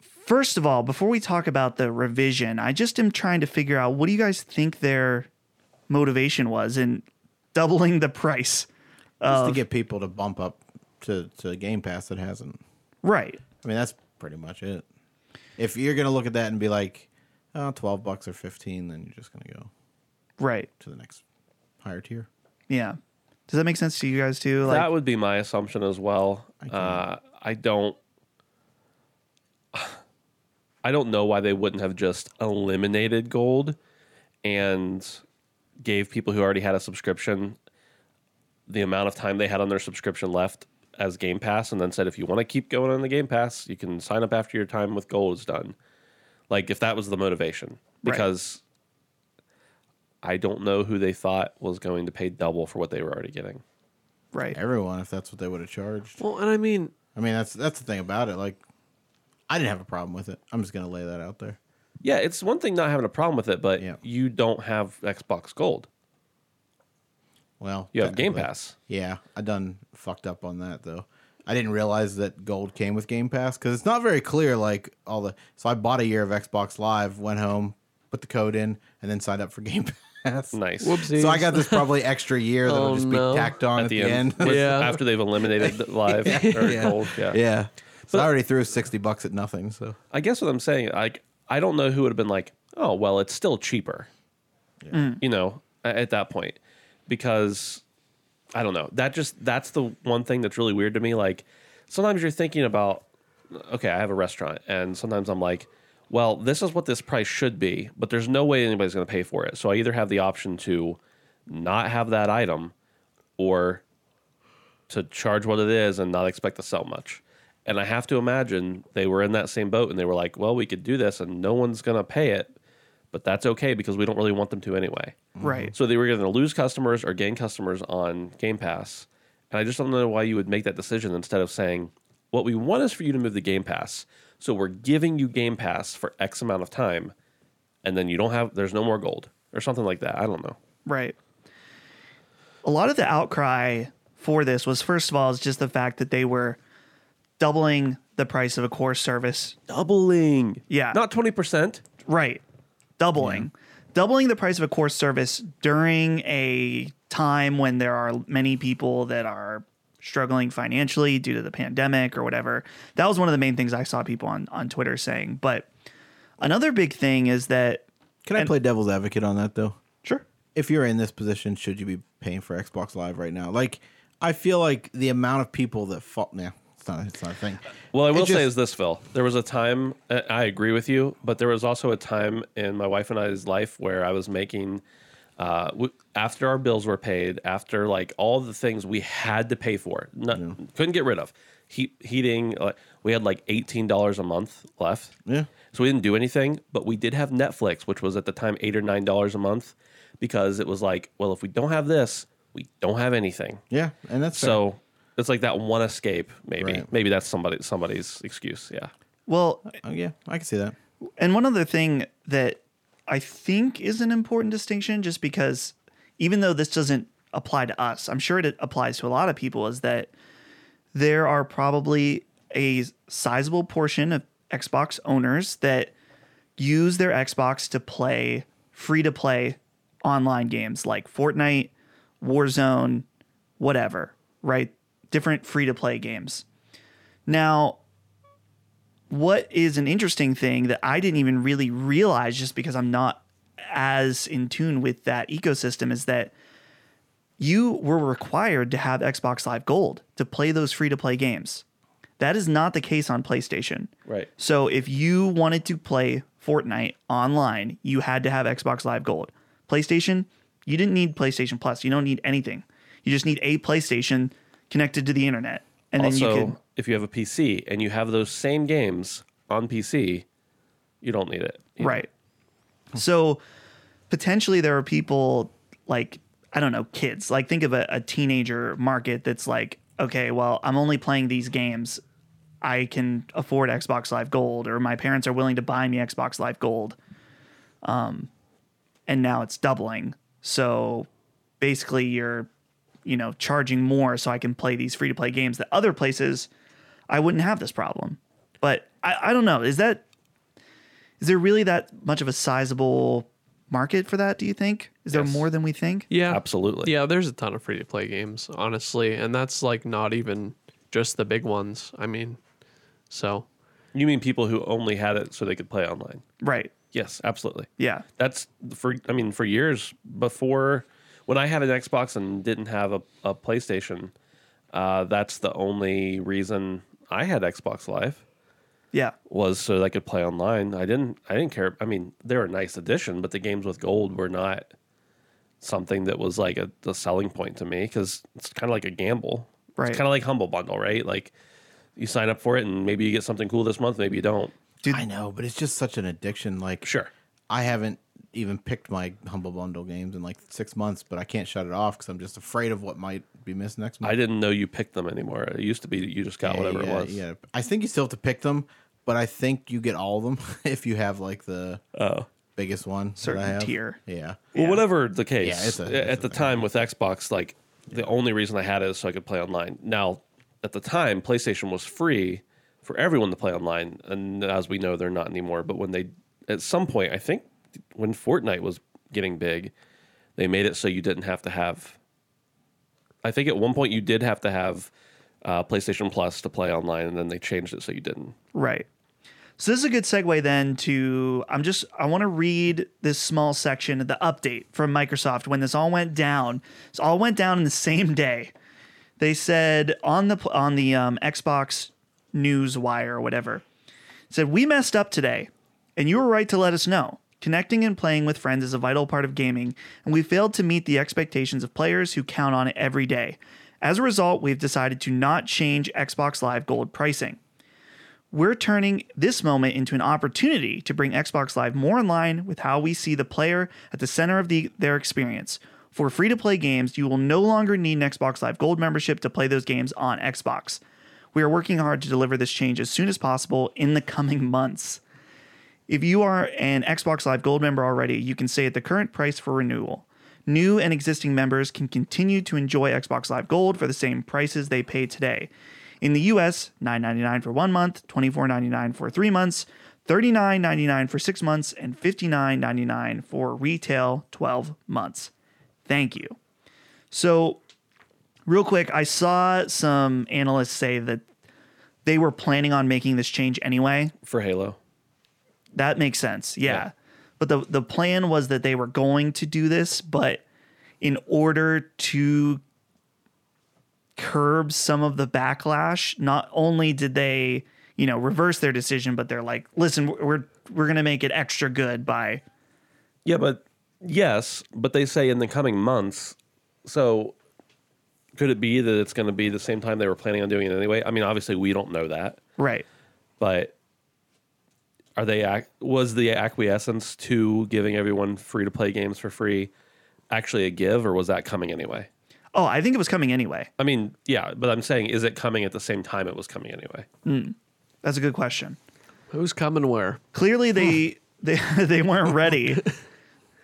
[SPEAKER 1] first of all, before we talk about the revision, I just am trying to figure out what do you guys think their motivation was in doubling the price?
[SPEAKER 3] Just to get people to bump up to, to Game Pass that hasn't.
[SPEAKER 1] Right.
[SPEAKER 3] I mean, that's pretty much it. If you're going to look at that and be like, oh, 12 bucks or 15, then you're just going to go
[SPEAKER 1] Right.
[SPEAKER 3] to the next higher tier.
[SPEAKER 1] Yeah. Does that make sense to you guys too? Like
[SPEAKER 2] that would be my assumption as well. I, uh, I don't. I don't know why they wouldn't have just eliminated gold and gave people who already had a subscription the amount of time they had on their subscription left as Game Pass, and then said, if you want to keep going on the Game Pass, you can sign up after your time with gold is done. Like, if that was the motivation,
[SPEAKER 1] Right.
[SPEAKER 2] because I don't know who they thought was going to pay double for what they were already getting.
[SPEAKER 1] right.
[SPEAKER 3] Everyone, if that's what they would have charged.
[SPEAKER 4] Well, and I mean,
[SPEAKER 3] I mean, that's that's the thing about it. Like, I didn't have a problem with it. I'm just going to lay that out there.
[SPEAKER 2] Yeah, it's one thing not having a problem with it, but
[SPEAKER 3] Yeah.
[SPEAKER 2] you don't have Xbox Gold.
[SPEAKER 3] Well,
[SPEAKER 2] You have Game
[SPEAKER 3] technically-
[SPEAKER 2] Pass.
[SPEAKER 3] Yeah, I done fucked up on that though. I didn't realize that gold came with Game Pass because it's not very clear. Like all the so I bought a year of Xbox Live, went home, put the code in, and then signed up for Game Pass.
[SPEAKER 2] Nice.
[SPEAKER 4] whoopsies.
[SPEAKER 3] So I got this probably extra year that'll
[SPEAKER 4] Oh,
[SPEAKER 3] just be
[SPEAKER 4] no.
[SPEAKER 3] tacked on at, the, end.
[SPEAKER 2] with-
[SPEAKER 4] Yeah.
[SPEAKER 2] After they've eliminated the live or Gold. Yeah.
[SPEAKER 3] yeah. So I already threw sixty bucks at nothing. So
[SPEAKER 2] I guess what I'm saying, like, I don't know who would have been like, oh, well, it's still cheaper. You know, a- at that point, because I don't know. That just that's the one thing that's really weird to me. Like, sometimes you're thinking about, okay, I have a restaurant, and sometimes I'm like, well, this is what this price should be, but there's no way anybody's going to pay for it. So I either have the option to not have that item, or to charge what it is and not expect to sell much. And I have to imagine they were in that same boat and they were like, well, we could do this and no one's going to pay it, but that's okay because we don't really want them to anyway.
[SPEAKER 1] Right.
[SPEAKER 2] So they were going to lose customers or gain customers on Game Pass. And I just don't know why you would make that decision instead of saying, what we want is for you to move the Game Pass. So we're giving you Game Pass for X amount of time and then you don't have, there's no more gold or something like that. I don't know.
[SPEAKER 1] Right. A lot of the outcry for this was first of all is just the fact that they were doubling the price of a core service.
[SPEAKER 2] Doubling.
[SPEAKER 1] Yeah.
[SPEAKER 2] Not 20%.
[SPEAKER 1] Right. Doubling. Doubling the price of a core service during a time when there are many people that are struggling financially due to the pandemic or whatever. That was one of the main things I saw people on on Twitter saying. But another big thing is that
[SPEAKER 3] can I play devil's advocate on that though?
[SPEAKER 1] sure.
[SPEAKER 3] if you're in this position, should you be paying for Xbox Live right now? Like, I feel like the amount of people that fall. Nah, it's not. It's not a thing.
[SPEAKER 2] Well, I will
[SPEAKER 3] just-
[SPEAKER 2] say is this, Phil. There was a time I I agree with you, but there was also a time in my wife and I's life where I was making uh, w- after our bills were paid, after like all the things we had to pay for, no, couldn't get rid of heat, heating. Like, we had like eighteen dollars a month left.
[SPEAKER 3] Yeah.
[SPEAKER 2] So we didn't do anything, but we did have Netflix, which was at the time eight or nine dollars a month, because it was like, well, if we don't have this, we don't have anything.
[SPEAKER 3] Yeah, and that's fair.
[SPEAKER 2] So it's like that one escape, maybe.
[SPEAKER 3] Right.
[SPEAKER 2] Maybe that's somebody somebody's excuse. Yeah.
[SPEAKER 1] Well,
[SPEAKER 3] Oh, yeah, I can see that.
[SPEAKER 1] And one other thing that I think is an important distinction, just because even though this doesn't apply to us, I'm sure it applies to a lot of people, is that there are probably a sizable portion of Xbox owners that use their Xbox to play free to play online games like Fortnite, Warzone, whatever, right? Different free to play games. Now, what is an interesting thing that I didn't even really realize just because I'm not as in tune with that ecosystem is that you were required to have Xbox Live Gold to play those free to play games. That is not the case on PlayStation.
[SPEAKER 2] Right.
[SPEAKER 1] So if you wanted to play Fortnite online, you had to have Xbox Live Gold. PlayStation, you didn't need PlayStation Plus. You don't need anything. You just need a PlayStation connected to the internet. And
[SPEAKER 2] also,
[SPEAKER 1] then you could
[SPEAKER 2] if you have a PC and you have those same games on PC, you don't need it. You know?
[SPEAKER 1] Right. So potentially there are people like, I don't know, kids. Like, think of a, a teenager market that's like, okay, well, I'm only playing these games. I can afford Xbox Live Gold, or my parents are willing to buy me Xbox Live Gold. Um, and now it's doubling. So basically, you're you know, charging more so I can play these free to play games that other places I wouldn't have this problem. But I, I don't know. Is that is there really that much of a sizable market for that, do you think? Is there
[SPEAKER 2] Yes.
[SPEAKER 1] more than we think?
[SPEAKER 4] Yeah.
[SPEAKER 2] Absolutely.
[SPEAKER 4] Yeah, there's a ton of free to play games, honestly, and that's like not even just the big ones. I mean, so
[SPEAKER 2] You mean people who only had it so they could play online?
[SPEAKER 1] Right.
[SPEAKER 2] Yes, absolutely.
[SPEAKER 1] Yeah.
[SPEAKER 2] That's for I mean for years before when I had an Xbox and didn't have a, a PlayStation, uh, that's the only reason I had Xbox Live
[SPEAKER 1] Yeah.
[SPEAKER 2] was so that I could play online. I didn't I didn't care. I mean, they were a nice addition, but the games with gold were not something that was like a, a selling point to me because it's kind of like a gamble.
[SPEAKER 1] Right.
[SPEAKER 2] It's kind of like Humble Bundle, right? Like you sign up for it and maybe you get something cool this month, maybe you don't.
[SPEAKER 3] I know, but it's just such an addiction. Like,
[SPEAKER 2] Sure.
[SPEAKER 3] I haven't even picked my humble bundle games in like six months, but I can't shut it off because I'm just afraid of what might be missed next month.
[SPEAKER 2] I didn't know you picked them anymore. It used to be that you just got
[SPEAKER 3] Yeah,
[SPEAKER 2] whatever
[SPEAKER 3] yeah,
[SPEAKER 2] it was.
[SPEAKER 3] Yeah, I think you still have to pick them, but I think you get all of them if you have like the biggest one that I
[SPEAKER 1] Certain
[SPEAKER 3] have.
[SPEAKER 1] tier.
[SPEAKER 3] Yeah,
[SPEAKER 2] Well, whatever the case,
[SPEAKER 3] Yeah, it's a-
[SPEAKER 2] a-
[SPEAKER 3] it's
[SPEAKER 2] at
[SPEAKER 3] a
[SPEAKER 2] the
[SPEAKER 3] thing.
[SPEAKER 2] time with Xbox, like the only reason I had it is so I could play online. Now, at the time, PlayStation was free for everyone to play online, and as we know, they're not anymore. But when they, at some point, I think when Fortnite was getting big, they made it so you didn't have to have. I think at one point you did have to have uh, PlayStation Plus to play online, and then they changed it so you didn't.
[SPEAKER 1] Right. So this is a good segue then to I'm just I want to read this small section of the update from Microsoft when this all went down. This all went down in the same day. They said on the pl- on the um, Xbox News Wire or whatever said we messed up today, and you were right to let us know. Connecting and playing with friends is a vital part of gaming, and we failed to meet the expectations of players who count on it every day. As a result, we've decided to not change Xbox Live Gold pricing. We're turning this moment into an opportunity to bring Xbox Live more in line with how we see the player at the center of the, their experience. For free to play games, you will no longer need an Xbox Live Gold membership to play those games on Xbox. We are working hard to deliver this change as soon as possible in the coming months. If you are an Xbox Live Gold member already, you can stay at the current price for renewal. New and existing members can continue to enjoy Xbox Live Gold for the same prices they pay today. In the US, $9.99 for one month, $24.99 for three months, $39.99 for six months, and $59.99 for retail 12 months. Thank you. So, real quick, I saw some analysts say that they were planning on making this change anyway.
[SPEAKER 2] For Halo,
[SPEAKER 1] That makes sense. Yeah.
[SPEAKER 2] Yeah.
[SPEAKER 1] But the the plan was that they were going to do this, but in order to curb some of the backlash, not only did they, you know, reverse their decision, but they're like, "Listen, we're we're, we're going to make it extra good by
[SPEAKER 2] Yeah, but yes, but they say in the coming months. So could it be that it's going to be the same time they were planning on doing it anyway? I mean, obviously we don't know that,
[SPEAKER 1] right."
[SPEAKER 2] but are they ac- was the acquiescence to giving everyone free to play games for free actually a give or was that coming anyway?
[SPEAKER 1] Oh, I think it was coming anyway.
[SPEAKER 2] I mean, yeah, but I'm saying is it coming at the same time it was coming anyway?
[SPEAKER 1] That's a good question.
[SPEAKER 4] who's coming where?
[SPEAKER 1] Clearly they they they weren't ready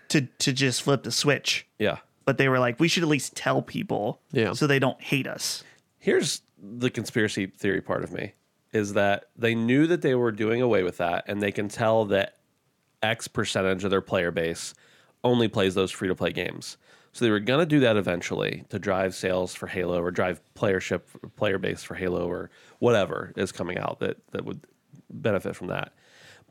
[SPEAKER 1] to to just flip the switch,
[SPEAKER 2] Yeah.
[SPEAKER 1] but they were like, "We should at least tell people
[SPEAKER 4] Yeah.
[SPEAKER 1] so they don't hate us."
[SPEAKER 2] Here's the conspiracy theory part of me is that they knew that they were doing away with that and they can tell that X percentage of their player base only plays those free to play games. So they were going to do that eventually to drive sales for Halo or drive playership player base for Halo or whatever is coming out that that would benefit from that.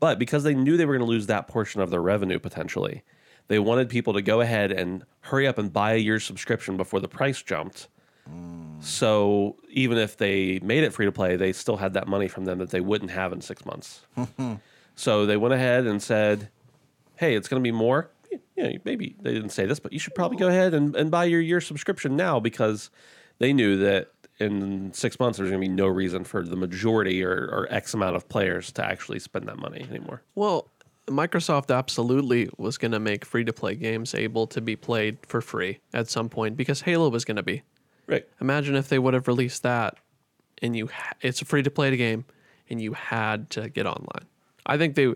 [SPEAKER 2] But because they knew they were going to lose that portion of their revenue potentially, they wanted people to go ahead and hurry up and buy a year's subscription before the price jumped. So even if they made it free to play, they still had that money from them that they wouldn't have in six months. so they went ahead and said, "Hey, it's going to be more." Yeah, maybe they didn't say this, but you should probably go ahead and, and buy your year subscription now because they knew that in six months there's going to be no reason for the majority or, or X amount of players to actually spend that money anymore.
[SPEAKER 4] Well, Microsoft absolutely was going to make free to play games able to be played for free at some point because Halo was going to be.
[SPEAKER 2] Right.
[SPEAKER 4] Imagine if they would have released that and you ha- it's a free to play game and you had to get online. I think they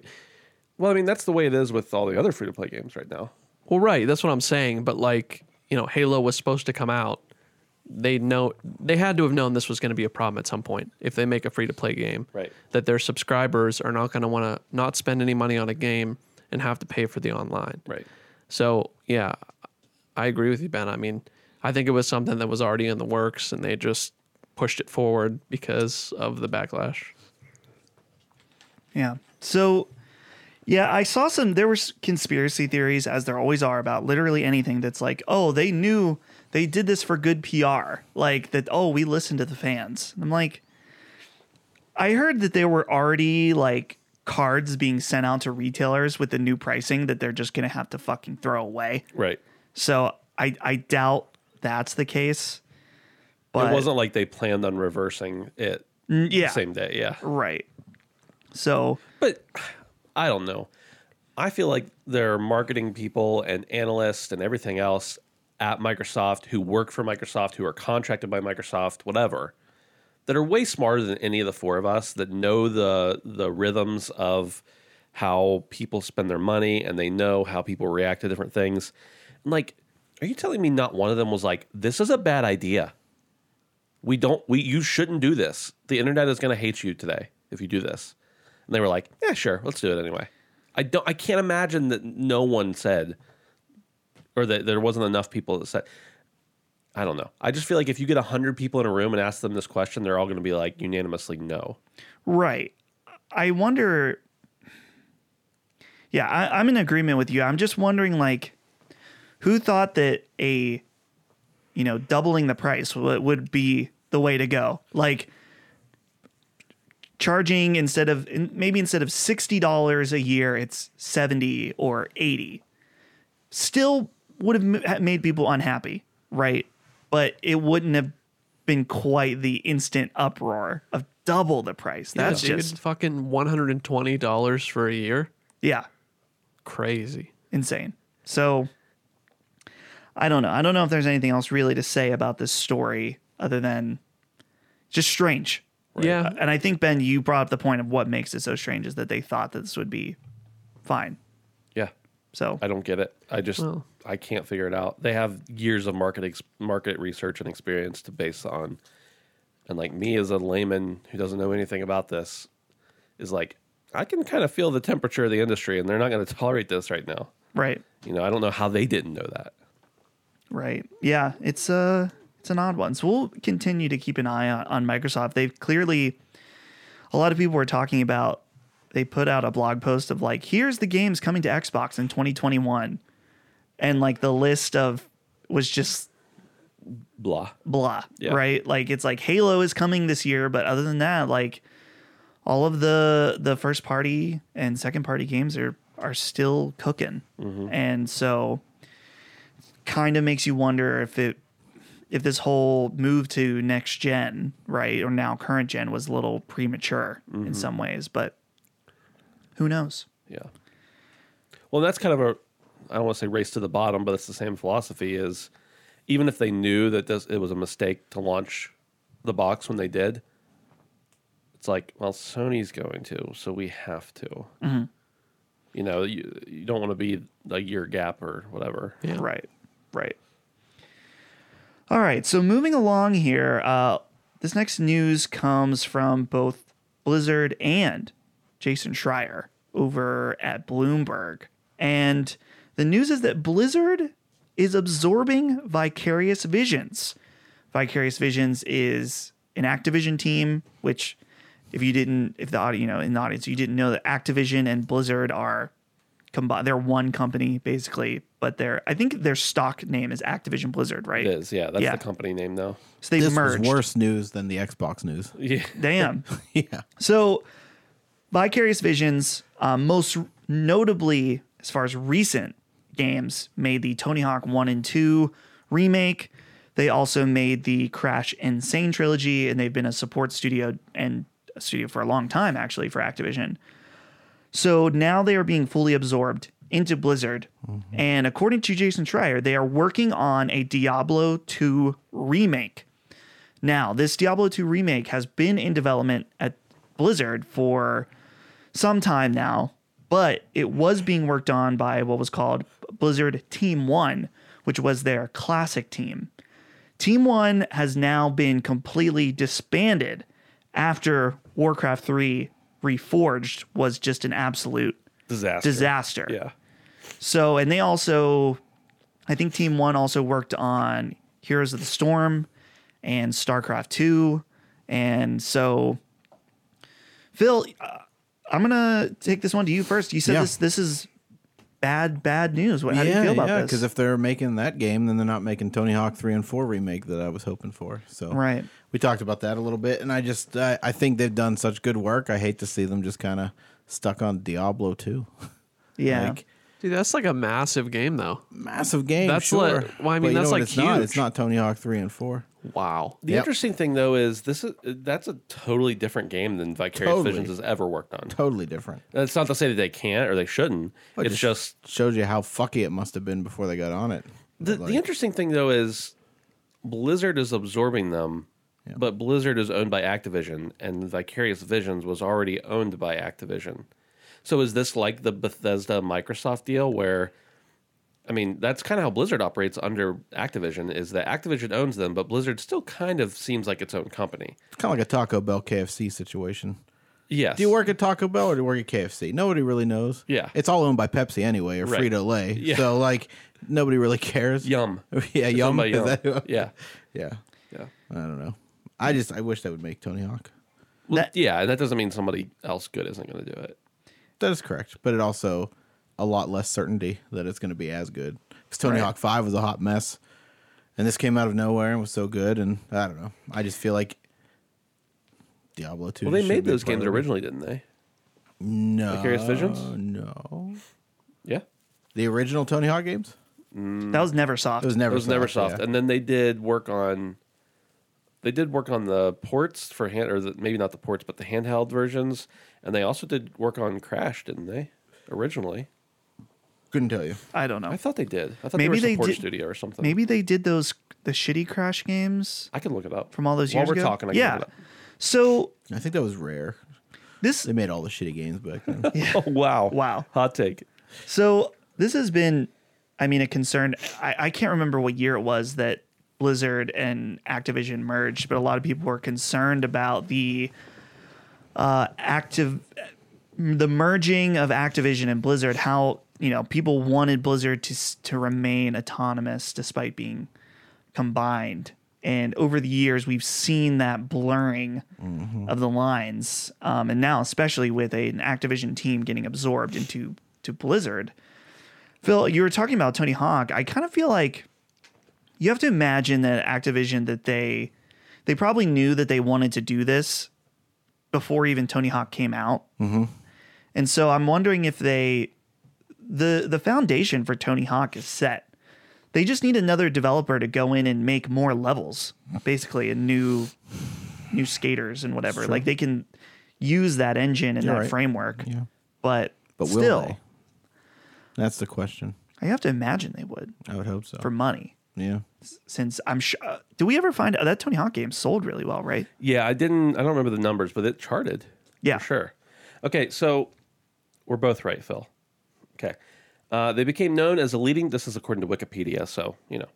[SPEAKER 2] Well, I mean that's the way it is with all the other free to play games right now.
[SPEAKER 4] Well, right, that's what I'm saying, but like, you know, Halo was supposed to come out they know they had to have known this was going to be a problem at some point if they make a free to play game.
[SPEAKER 2] Right.
[SPEAKER 4] That their subscribers are not going to want to not spend any money on a game and have to pay for the online.
[SPEAKER 2] Right.
[SPEAKER 4] So yeah, I agree with you, Ben. I mean, I think it was something that was already in the works, and they just pushed it forward because of the backlash.
[SPEAKER 1] Yeah. So, yeah, I saw some. There were s- conspiracy theories, as there always are, about literally anything that's like, oh, they knew they did this for good PR. Like that. Oh, we listened to the fans. I'm like, I heard that there were already like cards being sent out to retailers with the new pricing that they're just gonna have to fucking throw away.
[SPEAKER 2] Right.
[SPEAKER 1] So I I doubt that's the case. But
[SPEAKER 2] it wasn't like they planned on reversing it
[SPEAKER 1] yeah,
[SPEAKER 2] same day. Yeah.
[SPEAKER 1] right. So
[SPEAKER 2] But I don't know. I feel like there are marketing people and analysts and everything else at Microsoft who work for Microsoft, who are contracted by Microsoft, whatever, that are way smarter than any of the four of us that know the the rhythms of how people spend their money and they know how people react to different things. And like, are you telling me not one of them was like, this is a bad idea? we don't we you shouldn't do this the internet is going to hate you today if you do this and they were like yeah sure let's do it anyway i don't i can't imagine that no one said or that there wasn't enough people that said i don't know i just feel like if you get 100 people in a room and ask them this question they're all going to be like unanimously no
[SPEAKER 1] Right. I wonder. Yeah, I, I'm in agreement with you. I'm just wondering, like, who thought that a, you know, doubling the price w- would be the way to go? Like, charging instead of in- maybe instead of sixty dollars a year, it's seventy or eighty. Still would have m- ha- made people unhappy, right? But it wouldn't have been quite the instant uproar of double the price. That's
[SPEAKER 4] yeah, dude,
[SPEAKER 1] just
[SPEAKER 4] fucking one hundred and twenty dollars for a year.
[SPEAKER 1] yeah,
[SPEAKER 4] Crazy.
[SPEAKER 1] insane. So I don't know. I don't know if there's anything else really to say about this story other than just strange.
[SPEAKER 4] Yeah,
[SPEAKER 1] And I think Ben, you brought up the point of what makes it so strange is that they thought that this would be fine.
[SPEAKER 2] yeah
[SPEAKER 1] So
[SPEAKER 2] i don't get it i just
[SPEAKER 4] Well-
[SPEAKER 2] i can't figure it out they have years of market ex- market research and experience to base on and like me as a layman who doesn't know anything about this is like i can kind of feel the temperature of the industry and they're not going to tolerate this right now
[SPEAKER 1] right,
[SPEAKER 2] you know i don't know how they didn't know that
[SPEAKER 1] right, yeah. It's a it's an odd one. So we'll continue to keep an eye on, on Microsoft. They've clearly a lot of people were talking about. They put out a blog post of like, here's the games coming to Xbox in 2021, and like the list of was just
[SPEAKER 2] blah
[SPEAKER 1] blah,
[SPEAKER 2] Yeah.
[SPEAKER 1] right? Like it's like Halo is coming this year, but other than that, like all of the the first party and second party games are are still cooking, and so kind of makes you wonder if it if this whole move to next gen, right, or now current gen was a little premature in some ways, but who knows?
[SPEAKER 2] Yeah. Well, that's kind of a I don't want to say race to the bottom, but it's the same philosophy is even if they knew that this it was a mistake to launch the box when they did, it's like, well, Sony's going to, so we have to. You know, you, you don't want to be a year gap or whatever.
[SPEAKER 4] yeah.
[SPEAKER 1] Right. Right. All right. So moving along here, uh, this next news comes from both Blizzard and Jason Schreier over at Bloomberg. And the news is that Blizzard is absorbing Vicarious Visions. Vicarious Visions is an Activision team, which if you didn't, if the audience, you know, in the audience, you didn't know that Activision and Blizzard are combined. They're one company basically, but they're, I think their stock name is Activision Blizzard, right?
[SPEAKER 2] It is, yeah. That's
[SPEAKER 1] Yeah.
[SPEAKER 2] the company name now.
[SPEAKER 1] So they
[SPEAKER 3] This
[SPEAKER 1] merged.
[SPEAKER 3] was worse news than the Xbox news.
[SPEAKER 2] Yeah.
[SPEAKER 1] Damn.
[SPEAKER 3] yeah.
[SPEAKER 1] So, Vicarious Visions, um, most notably as far as recent games, made the Tony Hawk 1 and 2 remake. They also made the Crash Insane trilogy, and they've been a support studio and a studio for a long time, actually, for Activision. So now they are being fully absorbed into Blizzard.
[SPEAKER 3] Mm-hmm.
[SPEAKER 1] And according to Jason Schreier, they are working on a Diablo 2 remake. Now, this Diablo 2 remake has been in development at Blizzard for some time now, but it was being worked on by what was called Blizzard Team 1, which was their classic team. Team One has now been completely disbanded after Warcraft 3 Reforged was just an absolute
[SPEAKER 2] Disaster.
[SPEAKER 1] disaster.
[SPEAKER 2] Yeah.
[SPEAKER 1] So, and they also, I think Team One also worked on Heroes of the Storm and StarCraft Two, and so Phil, uh, I'm gonna take this one to you first. You said
[SPEAKER 3] Yeah.
[SPEAKER 1] this this is bad bad news. What, how do you feel about this?
[SPEAKER 3] Because if they're making that game, then they're not making Tony Hawk three and four remake that I was hoping for. So
[SPEAKER 1] Right.
[SPEAKER 3] we talked about that a little bit, and I just I, I think they've done such good work. I hate to see them just kind of stuck on Diablo two.
[SPEAKER 1] yeah,
[SPEAKER 3] like,
[SPEAKER 4] Dude, that's like a massive game though.
[SPEAKER 3] Massive game.
[SPEAKER 4] That's
[SPEAKER 3] sure.
[SPEAKER 4] like- well, I mean,
[SPEAKER 3] But you know
[SPEAKER 4] that's
[SPEAKER 3] what
[SPEAKER 4] like
[SPEAKER 3] it's not.
[SPEAKER 4] huge.
[SPEAKER 3] It's not Tony Hawk three and four.
[SPEAKER 4] Wow.
[SPEAKER 2] The
[SPEAKER 3] Yep.
[SPEAKER 2] interesting thing though is this is uh, that's a totally different game than Vicarious
[SPEAKER 3] Totally.
[SPEAKER 2] Visions has ever worked on.
[SPEAKER 3] Totally different.
[SPEAKER 2] That's not to say that they can't or they shouldn't.
[SPEAKER 3] Well,
[SPEAKER 2] it's just
[SPEAKER 3] shows you how fucky it must have been before they got on it.
[SPEAKER 2] the,
[SPEAKER 3] But,
[SPEAKER 2] the
[SPEAKER 3] like,
[SPEAKER 2] interesting thing though is Blizzard is absorbing them, but Blizzard is owned by Activision, and Vicarious Visions was already owned by Activision. So is this like the Bethesda Microsoft deal where? I mean, that's kind of how Blizzard operates under Activision is that Activision owns them, but Blizzard still kind of seems like its own company.
[SPEAKER 3] it's kind of like a Taco Bell KFC situation.
[SPEAKER 2] Yes.
[SPEAKER 3] Do you work at Taco Bell or do you work at KFC? Nobody really knows.
[SPEAKER 2] Yeah.
[SPEAKER 3] It's all owned by Pepsi anyway or
[SPEAKER 2] Right.
[SPEAKER 3] Frito Lay.
[SPEAKER 2] Yeah.
[SPEAKER 3] So like nobody really cares.
[SPEAKER 2] Yum.
[SPEAKER 3] yeah, yum.
[SPEAKER 2] Somebody
[SPEAKER 3] Is
[SPEAKER 2] yum.
[SPEAKER 3] that who-
[SPEAKER 2] yeah.
[SPEAKER 3] yeah.
[SPEAKER 2] Yeah.
[SPEAKER 3] I don't know. I just I wish that would make Tony Hawk.
[SPEAKER 2] Well,
[SPEAKER 1] That-
[SPEAKER 2] yeah, and that doesn't mean somebody else good isn't going to do it.
[SPEAKER 3] That is correct, but it also a lot less certainty that it's going to be as good because Tony
[SPEAKER 1] Right.
[SPEAKER 3] Hawk Five was a hot mess, and this came out of nowhere and was so good. And I don't know. I just feel like Diablo Two.
[SPEAKER 2] Well, they
[SPEAKER 3] should
[SPEAKER 2] made
[SPEAKER 3] be
[SPEAKER 2] those
[SPEAKER 3] part
[SPEAKER 2] games
[SPEAKER 3] of it.
[SPEAKER 2] originally, didn't they?
[SPEAKER 3] No,
[SPEAKER 2] Vicarious Visions?
[SPEAKER 3] No,
[SPEAKER 2] Yeah.
[SPEAKER 3] the original Tony Hawk games.
[SPEAKER 1] that was never soft.
[SPEAKER 3] It was never.
[SPEAKER 2] It was never
[SPEAKER 3] soft,
[SPEAKER 2] soft.
[SPEAKER 3] yeah.
[SPEAKER 2] And then they did work on they did work on the ports for hand or the, maybe not the ports, but the handheld versions, and they also did work on Crash, didn't they? Originally.
[SPEAKER 3] Couldn't tell you.
[SPEAKER 1] I don't know.
[SPEAKER 2] I thought they did. I thought
[SPEAKER 1] Maybe they
[SPEAKER 2] they were support
[SPEAKER 1] did-
[SPEAKER 2] studio or something.
[SPEAKER 1] Maybe they did those the shitty Crash games
[SPEAKER 2] I can look it up.
[SPEAKER 1] from all those
[SPEAKER 2] While
[SPEAKER 1] years
[SPEAKER 2] we're
[SPEAKER 1] ago.
[SPEAKER 2] talking, I can
[SPEAKER 1] yeah.
[SPEAKER 2] look
[SPEAKER 1] So
[SPEAKER 3] I think that was rare.
[SPEAKER 1] this
[SPEAKER 3] They made all the shitty games back then.
[SPEAKER 2] it up. Oh, wow.
[SPEAKER 1] Wow.
[SPEAKER 2] Hot take.
[SPEAKER 1] So this has been, I mean, a concern. I, I can't remember what year it was that Blizzard and Activision merged, but a lot of people were concerned about the uh, active, the merging of Activision and Blizzard. How you know people wanted Blizzard to s- to remain autonomous despite being combined. And over the years, we've seen that blurring of the lines, um, and now especially with a- an Activision team getting absorbed into to Blizzard. Phil, you were talking about Tony Hawk. I kind of feel like you have to imagine that Activision that they they probably knew that they wanted to do this before even Tony Hawk came out, mm-hmm. and so I'm wondering if they the the foundation for Tony Hawk is set. They just need another developer to go in and make more levels, basically, and new new skaters and whatever. Like they can use that engine and
[SPEAKER 3] You're
[SPEAKER 1] that
[SPEAKER 3] right.
[SPEAKER 1] framework.
[SPEAKER 3] Yeah.
[SPEAKER 1] But,
[SPEAKER 3] But will
[SPEAKER 1] still,
[SPEAKER 3] they? That's the question.
[SPEAKER 1] I have to imagine they would
[SPEAKER 3] I would hope so.
[SPEAKER 1] for money.
[SPEAKER 3] yeah.
[SPEAKER 1] Since I'm sure, uh, do we ever find uh, that Tony Hawk game sold really well, right?
[SPEAKER 2] Yeah, I didn't. I don't remember the numbers, but it charted.
[SPEAKER 1] Yeah.
[SPEAKER 2] for sure. Okay, so we're both right, Phil. Okay, uh, they became known as a leading. This is according to Wikipedia, so you know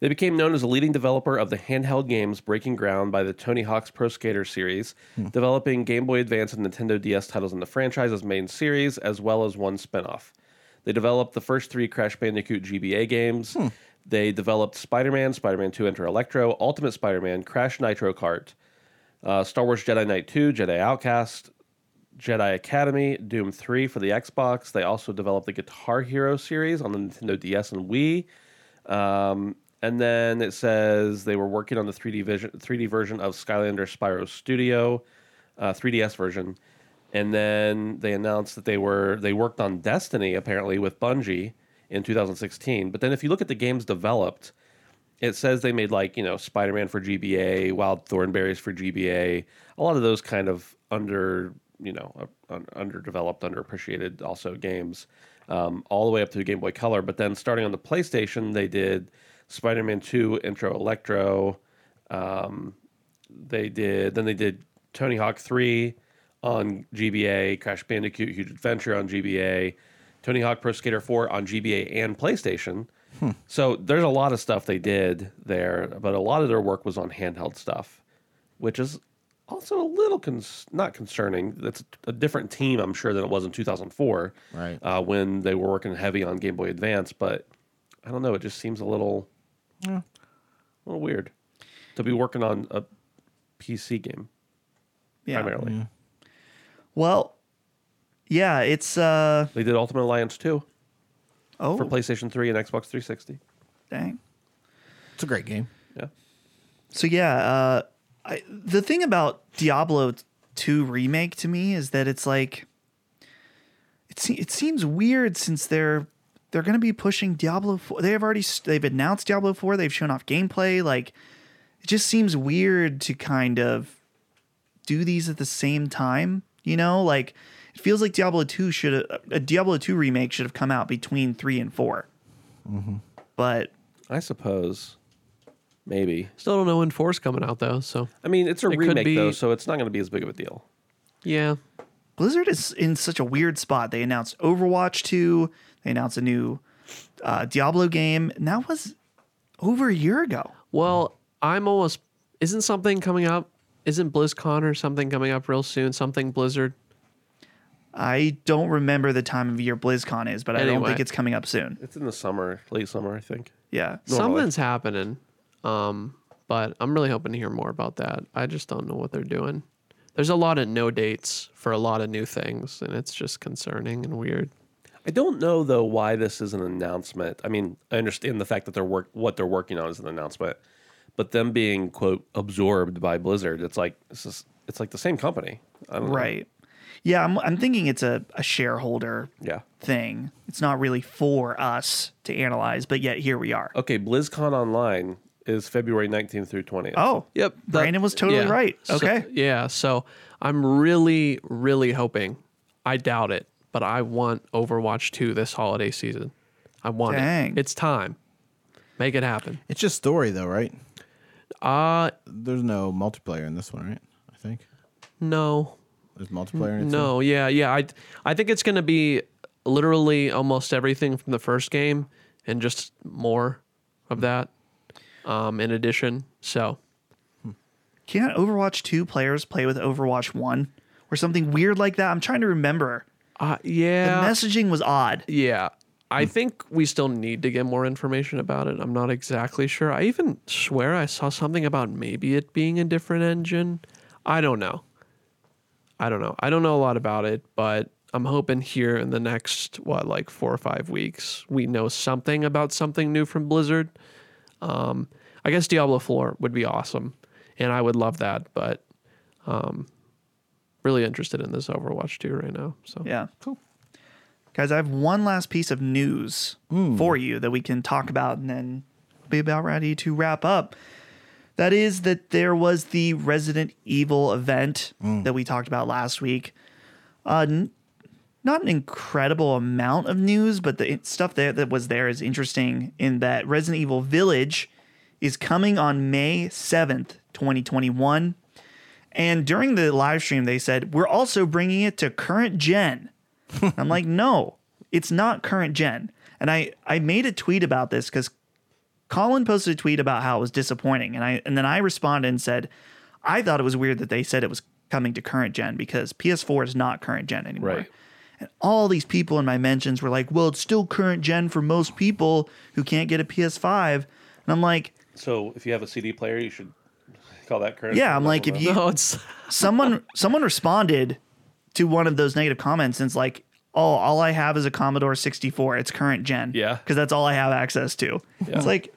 [SPEAKER 2] they became known as a leading developer of the handheld games Breaking Ground by the Tony Hawk's Pro Skater series, developing Game Boy Advance and Nintendo DS titles in the franchise's main series, as well as one spinoff. They developed the first three Crash Bandicoot GBA games. They developed Spider Man, Spider Man 2 Enter Electro, Ultimate Spider Man, Crash Nitro Kart, uh, Star Wars Jedi Knight 2, Jedi Outcast, Jedi Academy, Doom 3 for the Xbox. They also developed the Guitar Hero series on the Nintendo DS and Wii. Um, and then it says they were working on the 3D vision, 3D version of Skylander Spyro Studio, uh, 3DS version. And then they announced that they were they worked on Destiny apparently with Bungie in 2016. But then if you look at the games developed, it says they made like you know spider-man for gba wild thornberries for gba a lot of those kind of under you know uh, un- underdeveloped underappreciated also games um, all the way up to game boy color but then starting on the playstation they did spider-man 2 intro electro um, they did then they did tony hawk 3 on gba crash bandicoot huge adventure on gba tony hawk pro skater 4 on gba and playstation So there's a lot of stuff they did there, but a lot of their work was on handheld stuff, which is also a little cons- not concerning. That's a different team, I'm sure, than it was in 2004,
[SPEAKER 3] Right.
[SPEAKER 2] Uh, when they were working heavy on Game Boy Advance, but I don't know. It just seems a little, a little weird to be working on a PC game
[SPEAKER 1] Yeah.
[SPEAKER 2] primarily.
[SPEAKER 4] Mm-hmm.
[SPEAKER 1] Well, yeah, it's uh
[SPEAKER 2] They did Ultimate Alliance 2
[SPEAKER 1] oh
[SPEAKER 2] for PlayStation 3 and Xbox 360.
[SPEAKER 1] dang.
[SPEAKER 3] It's a great game.
[SPEAKER 2] Yeah.
[SPEAKER 1] So yeah, uh, I, the thing about Diablo two remake to me is that it's like it se- it seems weird since they're they're going to be pushing Diablo four. They've already s- they've announced Diablo four. They've shown off gameplay. Like it just seems weird to kind of do these at the same time. You know, like it feels like Diablo two should a, a Diablo two remake should have come out between three and 4 But
[SPEAKER 2] I suppose. Maybe.
[SPEAKER 4] Still don't know when four's coming out though. So
[SPEAKER 2] I mean, it's a
[SPEAKER 4] It could
[SPEAKER 2] remake though,
[SPEAKER 4] be-
[SPEAKER 2] so it's not going to be as big of a deal.
[SPEAKER 4] yeah,
[SPEAKER 1] Blizzard is in such a weird spot. They announced Overwatch 2, they announced a new uh, Diablo game, and that was over a year ago.
[SPEAKER 4] Well, I'm almost. Isn't something coming up? Isn't BlizzCon or something coming up real soon? Something Blizzard.
[SPEAKER 1] I don't remember the time of year BlizzCon is, but I don't
[SPEAKER 4] Anyway.
[SPEAKER 1] think it's coming up soon.
[SPEAKER 2] It's in the summer, late summer, I think.
[SPEAKER 1] Yeah.
[SPEAKER 2] Normally.
[SPEAKER 4] Something's happening. Um, but I'm really hoping to hear more about that. I just don't know what they're doing. There's a lot of no dates for a lot of new things, and it's just concerning and weird.
[SPEAKER 2] I don't know though why this is an announcement. I mean, I understand the fact that they're work what they're working on is an announcement, but them being quote absorbed by Blizzard, it's like it's just, it's like the same company, I don't know.
[SPEAKER 1] Right. Yeah, I'm, I'm thinking it's a, a shareholder
[SPEAKER 2] Yeah.
[SPEAKER 1] thing. It's not really for us to analyze, but yet here we are.
[SPEAKER 4] Oh.
[SPEAKER 2] Okay, BlizzCon Online is February 19th through 20th.
[SPEAKER 1] Oh,
[SPEAKER 4] Yep, that-
[SPEAKER 1] Brandon was totally
[SPEAKER 4] yeah.
[SPEAKER 1] right.
[SPEAKER 4] So-
[SPEAKER 1] Okay.
[SPEAKER 4] yeah, so I'm really, really hoping. I doubt it, but I want Overwatch 2 this holiday season. I want
[SPEAKER 1] Dang.
[SPEAKER 4] it. It's time. Make it happen.
[SPEAKER 3] It's just story though, right?
[SPEAKER 4] Uh
[SPEAKER 3] There's no multiplayer in this one, right? I think
[SPEAKER 4] no.
[SPEAKER 3] there's multiplayer. in it,
[SPEAKER 4] No, yeah, yeah. I I think it's gonna be literally almost everything from the first game and just more of that. Um, in addition. So
[SPEAKER 1] Can't Overwatch 2 players play with Overwatch 1 or something weird like that? I'm trying to remember.
[SPEAKER 4] uh
[SPEAKER 1] The
[SPEAKER 4] yeah.
[SPEAKER 1] messaging was odd.
[SPEAKER 4] Yeah. I
[SPEAKER 2] Hmm.
[SPEAKER 4] think we still need to get more information about it. I'm not exactly sure. I even swear I saw something about maybe it being a different engine. I don't know. I don't know. I don't know a lot about it, but I'm hoping here in the next, what, like four or five weeks, we know something about something new from Blizzard. Um, I guess Diablo 4 would be awesome, and I would love that, but um, really interested in this Overwatch 2 right now. So,
[SPEAKER 1] Yeah. Cool. Guys, I have one last piece of news for you that we can talk about and then be about ready to wrap up. That is that there was the Resident Evil event that we talked about last week. Uh, n- not an incredible amount of news, but the it- stuff there that was there is interesting in that Resident Evil Village is coming on May 7th, 2021. And during the live stream, they said, We're also bringing it to current gen. I'm like, No, it's not current gen. And I, I made a tweet about this because Colin posted a tweet about how it was disappointing. And, I, and then I responded and said, I thought it was weird that they said it was coming to current gen because PS4 is not current gen anymore.
[SPEAKER 2] Right.
[SPEAKER 1] And all these people in my mentions were like, Well, it's still current gen for most people who can't get a PS5. And I'm like,
[SPEAKER 2] So if you have a CD player, you should call that current.
[SPEAKER 1] Yeah, I'm like, if you.
[SPEAKER 4] No, Oh, it's.
[SPEAKER 1] someone someone responded to one of those negative comments and it's like oh all i have is a commodore 64 it's current gen
[SPEAKER 2] Yeah.
[SPEAKER 1] because that's all i have access to it's like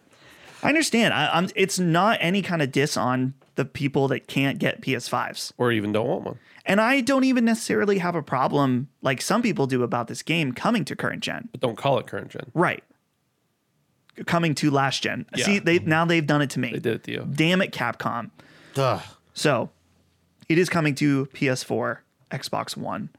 [SPEAKER 1] i understand I, i'm it's not any kind of diss on the people that can't get ps5s
[SPEAKER 2] or even don't want one.
[SPEAKER 1] and i don't even necessarily have a problem like some people do about this game coming to current gen
[SPEAKER 2] But don't call it current gen.
[SPEAKER 1] right coming to last gen
[SPEAKER 2] Yeah.
[SPEAKER 1] see they now they've done it to me
[SPEAKER 2] They did it to you.
[SPEAKER 1] damn it capcom
[SPEAKER 3] Duh.
[SPEAKER 1] so it is coming to PS4, Xbox One.